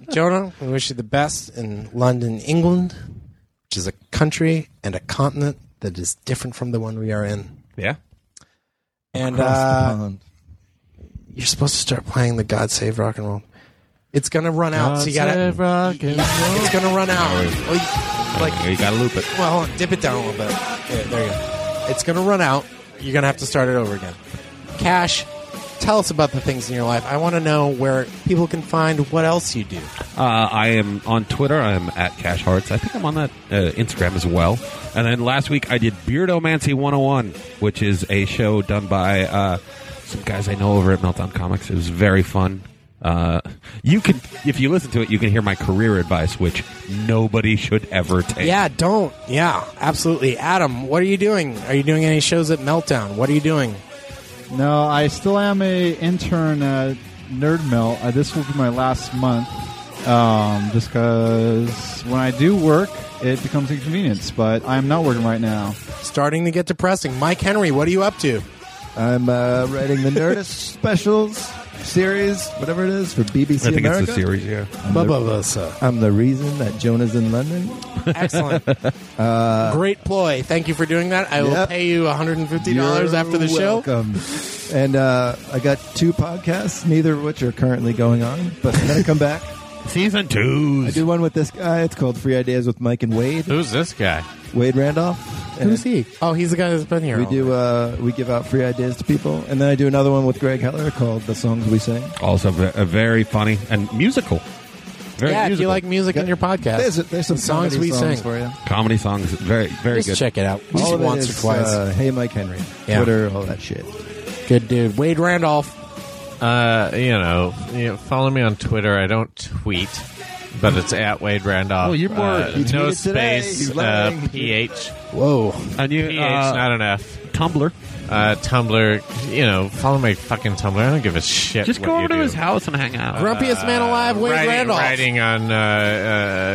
Jonah, we wish you the best in London, England, which is a country and a continent that is different from the one we are in.
Yeah.
And
Across the
uh,
pond.
you're supposed to start playing the God Save Rock and Roll. It's gonna run out, so you
God
gotta.
save rock and roll.
It's gonna run out. Well, you- like
You gotta loop it.
well, hold on, dip it down a little bit. Yeah, there you go. It's going to run out. You're going to have to start it over again. Cash, tell us about the things in your life. I want to know where people can find what else you do.
Uh, I am on Twitter. I'm at Cash Hearts. I think I'm on that uh, Instagram as well. And then last week I did Beardomancy 101, which is a show done by uh, some guys I know over at Meltdown Comics. It was very fun. Uh, you can, if you listen to it, you can hear my career advice, which nobody should ever take.
Yeah, don't. Yeah, absolutely. Adam, what are you doing? Are you doing any shows at Meltdown? What are you doing?
No, I still am a intern at Nerd Mill. Uh, this will be my last month, um, just because when I do work, it becomes inconvenience. But I'm not working right now.
Starting to get depressing. Mike Henry, what are you up to?
I'm uh, writing the Nerdist specials series, whatever it is for BBC
I think
America.
it's the series, yeah.
I'm the- I'm the reason that Jonah's in London.
Excellent. Great ploy. Thank you for doing that. I will
Yep.
pay you $150
You're
after the show.
welcome. And uh, I got two podcasts, neither of which are currently going on, but I'm going to come back.
Season two.
I do one with this guy. It's called Free Ideas with Mike and Wade.
Who's this guy?
Wade Randolph. And
Who's he? Oh, he's the guy that's been here.
We
all
do. Uh, we give out free ideas to people, and then I do another one with Greg Heller called "The Songs We Sing."
Also, ve- uh, very funny and musical. Very
yeah, if you
musical.
like music in your podcast,
There's, there's some
songs we sing.
for you.
comedy songs, very, very
Just
good.
check it out. Just
All of it
once
is,
or twice.
uh, hey, Mike Henry.
Yeah.
Twitter, all that shit.
Good dude, Wade Randolph.
Uh, you know, you know, follow me on Twitter. I don't tweet, but it's at Wade Randolph.
Oh, you're more-
Uh,
you
no
tweeted today.
space.
He's lying.
Uh, ph.
Whoa.
And you,
Ph.
uh,
not an F.
Tumblr.
Uh, Tumblr. You know, follow my fucking Tumblr. I don't give a shit.
Just
what
go
you
over to
do.
his house and hang out.
Grumpiest man alive, Wade
writing,
Randolph.
writing on uh,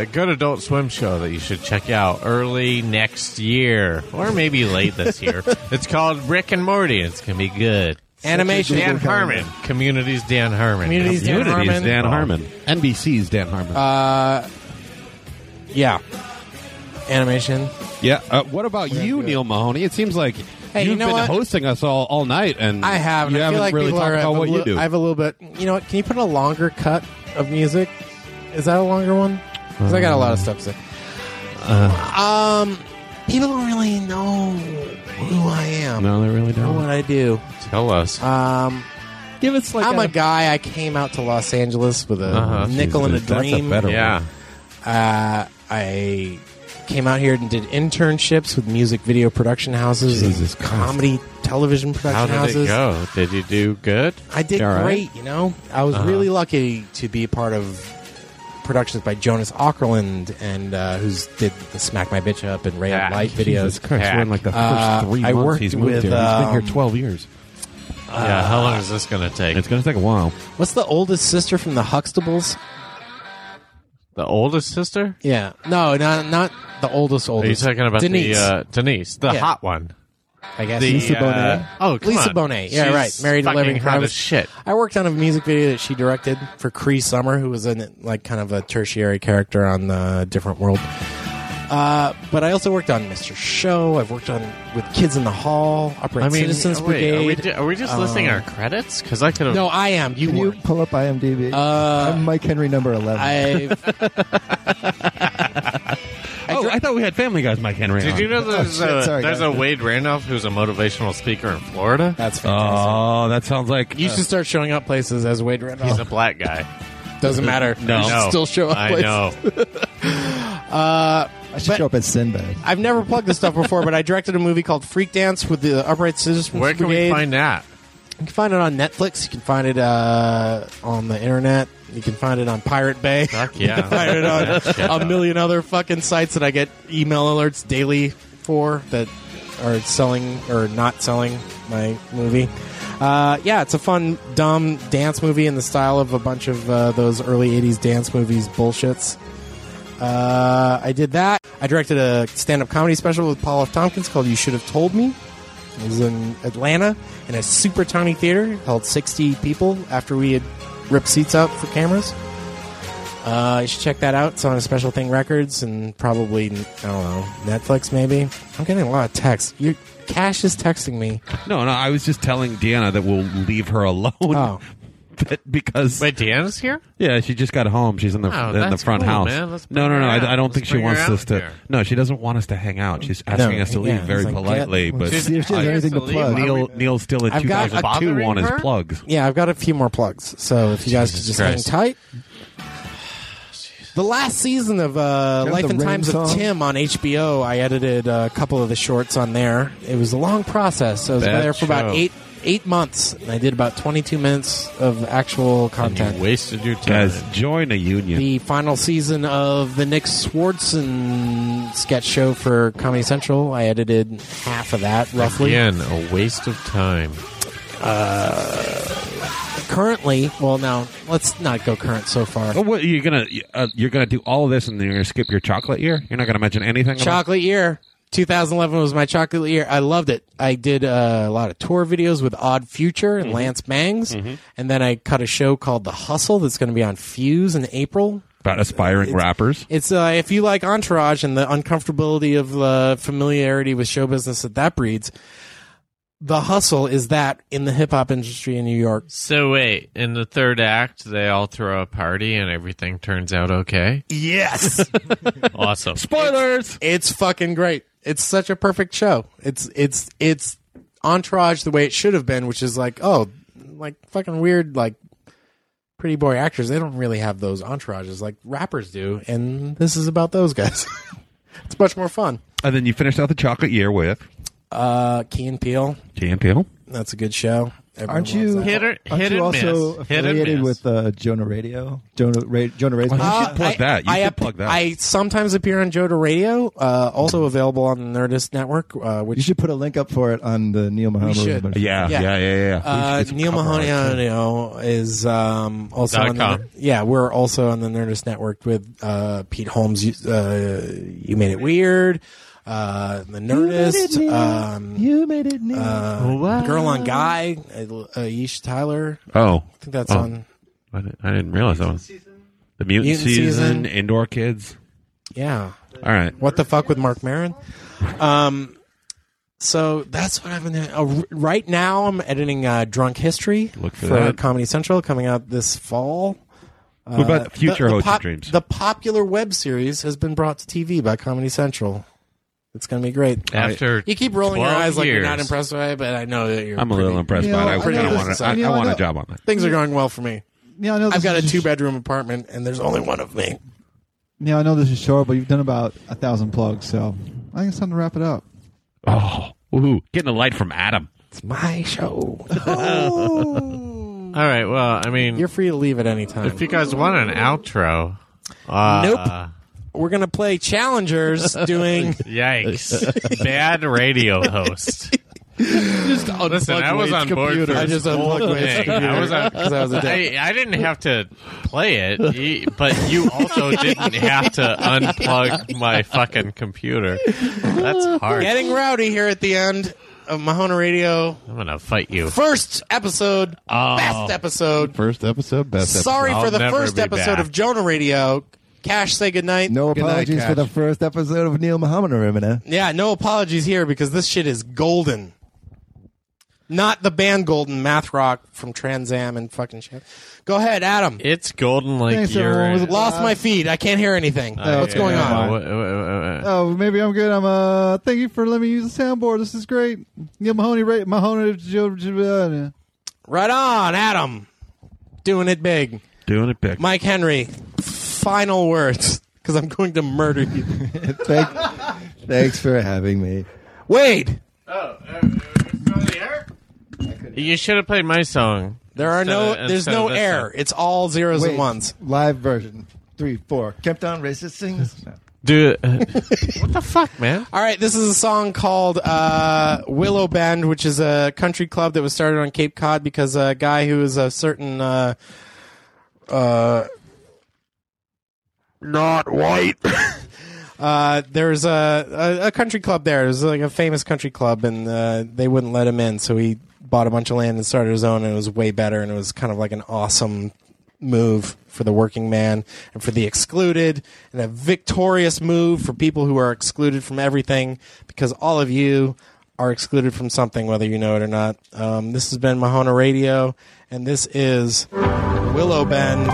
uh, good adult swim show that you should check out early next year or maybe late this year. it's called Rick and Morty. It's gonna be good.
Animation.
Dan Harmon. Communities Dan Harmon.
Communities Dan
Unity's
Harmon.
Dan Harmon. NBC's Dan Harmon.
Uh, yeah. Animation.
yeah. Uh, what about you, Neil Mahoney? It seems like
Hey,
you've
you know
been
what?
hosting us all, all night, and
I have. and
You
I
haven't
feel like
really
people
talked
are. I
about
have a
what you
li-
do.
I have a little bit. You know what? Can you put in a longer cut of music? Is that a longer one? Because I got a lot of stuff to say.
Uh.
um, people don't really know who I am.
no, they really
Know
don't.
what I do.
Tell us.
Um,
Give us like
I'm
a,
a guy. I came out to Los Angeles with a
Uh-huh.
nickel and a
Jesus, that's a
dream.
better
yeah.
Uh, I came out here and did internships with music video production houses
Jesus
and comedy television
How
production
did
houses.
it go? Did you do good?
I did
You all right?
great, you know. I was
Uh-huh.
really lucky to be a part of productions by Jonas Ockerland, and uh, who's did the Smack My Bitch Up and Ray Up
Ah,
Light videos.
Jesus Christ, we're in like the first
Uh,
three
I
months
worked
he's moved
with,
here. He's been here
um,
12 years.
yeah, how long is this going to take?
It's going to take a while.
What's the oldest sister from the Huxtables?
The oldest sister?
Yeah, no, not not the oldest.
Are you
Oldest.
talking about
Denise?
the uh, Denise, the
Yeah.
hot one?
I guess
The, uh, oh, come
Lisa
on.
Bonet. Yeah,
She's
right. Married to
fucking
Living
hot as shit.
I worked on a music video that she directed for Cree Summer, who was in like kind of a tertiary character on the Different World. Uh, but I also worked on Mr. Show. I've worked on with Kids in the Hall, Upright
I mean,
Citizens
wait,
Brigade. Um,
are we ju- are we just listing our credits? 'Cause I could've-
No, I am. You
Can you
were.
pull up IMDb?
Uh,
I'm Mike Henry, number eleven.
oh, I thought we had Family Guys, Mike Henry.
Did
on.
you know there's,
Oh,
a, there's a Wade Randolph who's a motivational speaker in Florida?
That's
Oh, that sounds like
You should start showing up places as Wade Randolph.
He's a black guy.
Doesn't matter.
No.
You should
No.
still show up.
I
places.
know.
uh,
I should show up at Sinbad.
I've never plugged this stuff before, but I directed a movie called Freak Dance with the Upright Citizens
Where can we
Brigade.
find that?
You can find it on Netflix. You can find it uh, on the internet. You can find it on Pirate Bay. Fuck
yeah.
you can find it
Fuck yeah.
on a million other fucking sites that I get email alerts daily for that are selling or not selling my movie. Uh, yeah, it's a fun, dumb dance movie in the style of a bunch of uh, those early 80s dance movies bullshits. Uh, I did that. I directed a stand-up comedy special with Paul F. Tompkins called "You Should Have Told Me." It was in Atlanta in a super tiny theater, held sixty people. After we had ripped seats out for cameras, uh, you should check that out. It's on a Special Thing Records and probably I don't know Netflix. Maybe I'm getting a lot of texts. You, Cash is texting me.
No, no, I was just telling Deanna that we'll leave her alone.
Oh.
But because
wait, Deanna's here.
Yeah, she just got home. She's in the
Oh,
in the
that's
front
cool,
house.
man. Let's
no, no,
bring
no.
her out.
I, I don't
Let's
think she
bring her
wants
out
us to.
here.
No, she doesn't want us to hang out. She's asking us to
yeah,
leave very
it's like,
politely.
get-
but
let's see if she has
I-
anything to Just plug. leave.
Neil, Neil still in
I've got a
2002
two-
on his
her?
plugs.
Yeah, I've got a few more plugs. So if you guys could
Jesus
just
Christ.
hang tight. The last season of uh,
Remember
Life
the
and
rain
Times of
song?
Tim on HBO, I edited a couple of the shorts on there. It was a long process. I was
Bad
there for about
show.
eight eight months, and I did about twenty two minutes of actual content.
You wasted your time.
Guys, join a union.
The final season of the Nick Swartzen sketch show for Comedy Central, I edited half of that roughly.
Again, a waste of time.
Currently, well, now let's not go current so far.
Oh, what, you're gonna uh, you're gonna do all of this and then you're gonna skip your chocolate year? You're not gonna mention anything. about-
Chocolate year. 2011 was my chocolate year. I loved it. I did uh, a lot of tour videos with Odd Future and Lance Bangs, and then I cut a show called The Hustle that's going to be on Fuse in April.
about aspiring rappers.
It's uh, if you like Entourage and the uncomfortability of uh, familiarity with show business that that breeds. The Hustle is that in the hip hop industry in New York.
So wait, in the third act, they all throw a party and everything turns out okay.
Yes.
Awesome.
Spoilers.
It's fucking great. It's such a perfect show. It's it's it's entourage the way it should have been, which is like, oh, like fucking weird like pretty boy actors. They don't really have those entourages like rappers do, and this is about those guys. it's much more fun.
And then you finished out the chocolate year with
Uh Key and Peele,
Key and Peele.
that's a good show. Everyone
Aren't you?
loves that.
aren't
hit
you
and
also
miss. Hit and
affiliated
miss.
with uh, Jonah Radio? Jonah, Ra- Jonah Ray's.
Uh,
plug
I,
that. You
I
should
ap-
plug that.
I sometimes appear on Joda Radio, uh, also available on the Nerdist Network, uh, which
you should put a link up for it on the Neil Muhammad.
should.
Movement.
Yeah, yeah,
Yeah.
yeah, yeah. yeah.
Uh,
We should do
Neil
some cover
Mahoney
art.
uh, is um, also
Dot
on
com.
the, yeah we're also on the Nerdist Network with uh, Pete Holmes. You, uh, you made it weird. Uh, the Nerdist, um,
You made it, Neil.
uh, Girl on Guy, uh, Yeesh Tyler.
Oh,
I think that's
Oh.
on.
I didn't, I didn't realize that one. The mutant,
Mutant
season,
Season.
indoor kids.
Yeah,
All right.
what the fuck with Mark Maron? Um, so that's what I've been doing. Oh, r- right now, I'm editing uh, Drunk History
Look for
for,
that.
Comedy Central coming out this fall.
What about the future Host of
pop-
Dreams?
uh, The popular web series has been brought to TV by Comedy Central. It's going to be great.
After
you keep rolling your
12
eyes like you're
years.
not impressed by it, but I know that you're.
I'm a little
pretty-
impressed
You
by
know,
it. I,
I
kinda
know
want,
this
a, I,
is-
I want
I
a
know-
job on that.
Things are going well for me.
Neil, I know
I've
this
got a
is
two bedroom apartment, and there's only one of me.
Neil, I know this is short, but you've done about a thousand plugs, so I think it's time to wrap it up.
Oh, ooh, getting a light from Adam.
It's my show.
All right. Well, I mean,
You're free to leave at any time.
if you guys want an outro,
nope. We're gonna play challengers doing.
Yikes. Bad radio host.
Just
Listen, I was on board for
I
this
just
whole
unplugged Wade's
thing.
computer
I was on
'cause I was a dick.
I, I didn't have to play it, y- but you also didn't have to unplug my fucking computer. That's hard.
Getting rowdy here at the end of Mahona Radio.
I'm gonna fight you.
First episode,
Oh.
best episode.
First episode, best episode.
Sorry for
I'll
the
never
first
be
episode
back.
of Jonah Radio. Cash, say goodnight.
No apologies for the first episode of Neil Muhammad Arimina.
Yeah, no apologies here because this shit is golden. Not the band Golden Math Rock from Trans Am and fucking shit. Go ahead, Adam.
It's golden like
Thanks,
you're.
everyone. Lost my feed. I can't hear anything. What's going on?
Oh, maybe I'm good. I'm uh. Thank you for letting me use the soundboard. This is great. Neil Mahoney, uh, right? Mahoney.
Right on, Adam. Doing it big.
Doing it big.
Mike Henry, final words because I'm going to murder you.
Thank, thanks for having me.
Wade.
You should have played my song.
There are no. there's no air. It's all zeros
Wait,
and ones.
Live version. Three, four. Kept on racist sings. No.
Dude, what the fuck, man?
All right, this is a song called uh, Willow Bend, which is a country club that was started on Cape Cod because a guy who is a certain uh, uh, not white. uh, there's a, a a country club there. It was like a famous country club, and uh, they wouldn't let him in, so he bought a bunch of land and started his own. And it was way better, and it was kind of like an awesome move for the working man and for the excluded, and a victorious move for people who are excluded from everything, because all of you are excluded from something, whether you know it or not. Um, this has been Mahona Radio, and this is Willow Bend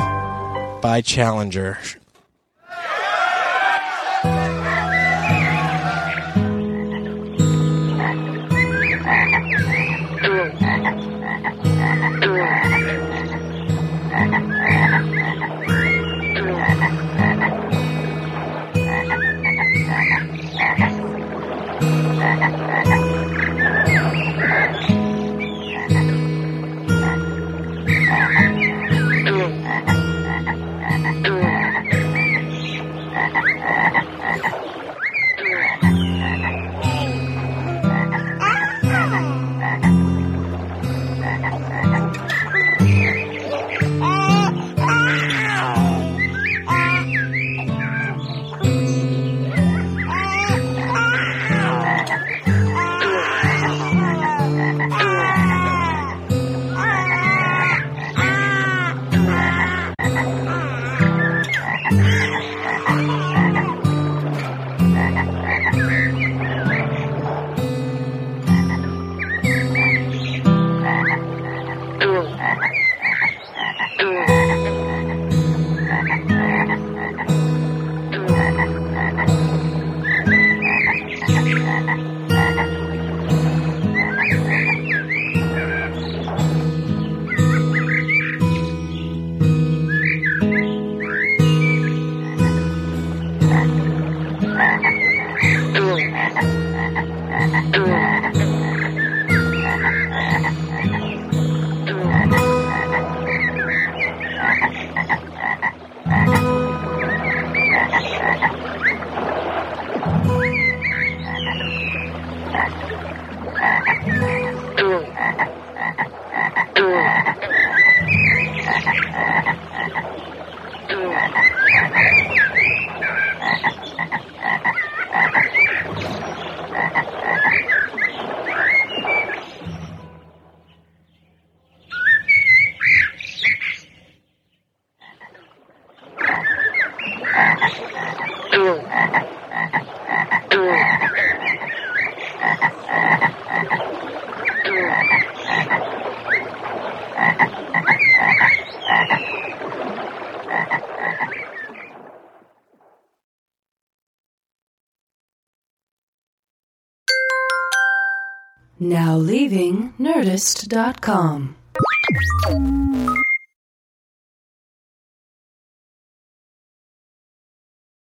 by Challenger.
Ah, ah,
Now leaving Nerdist.com.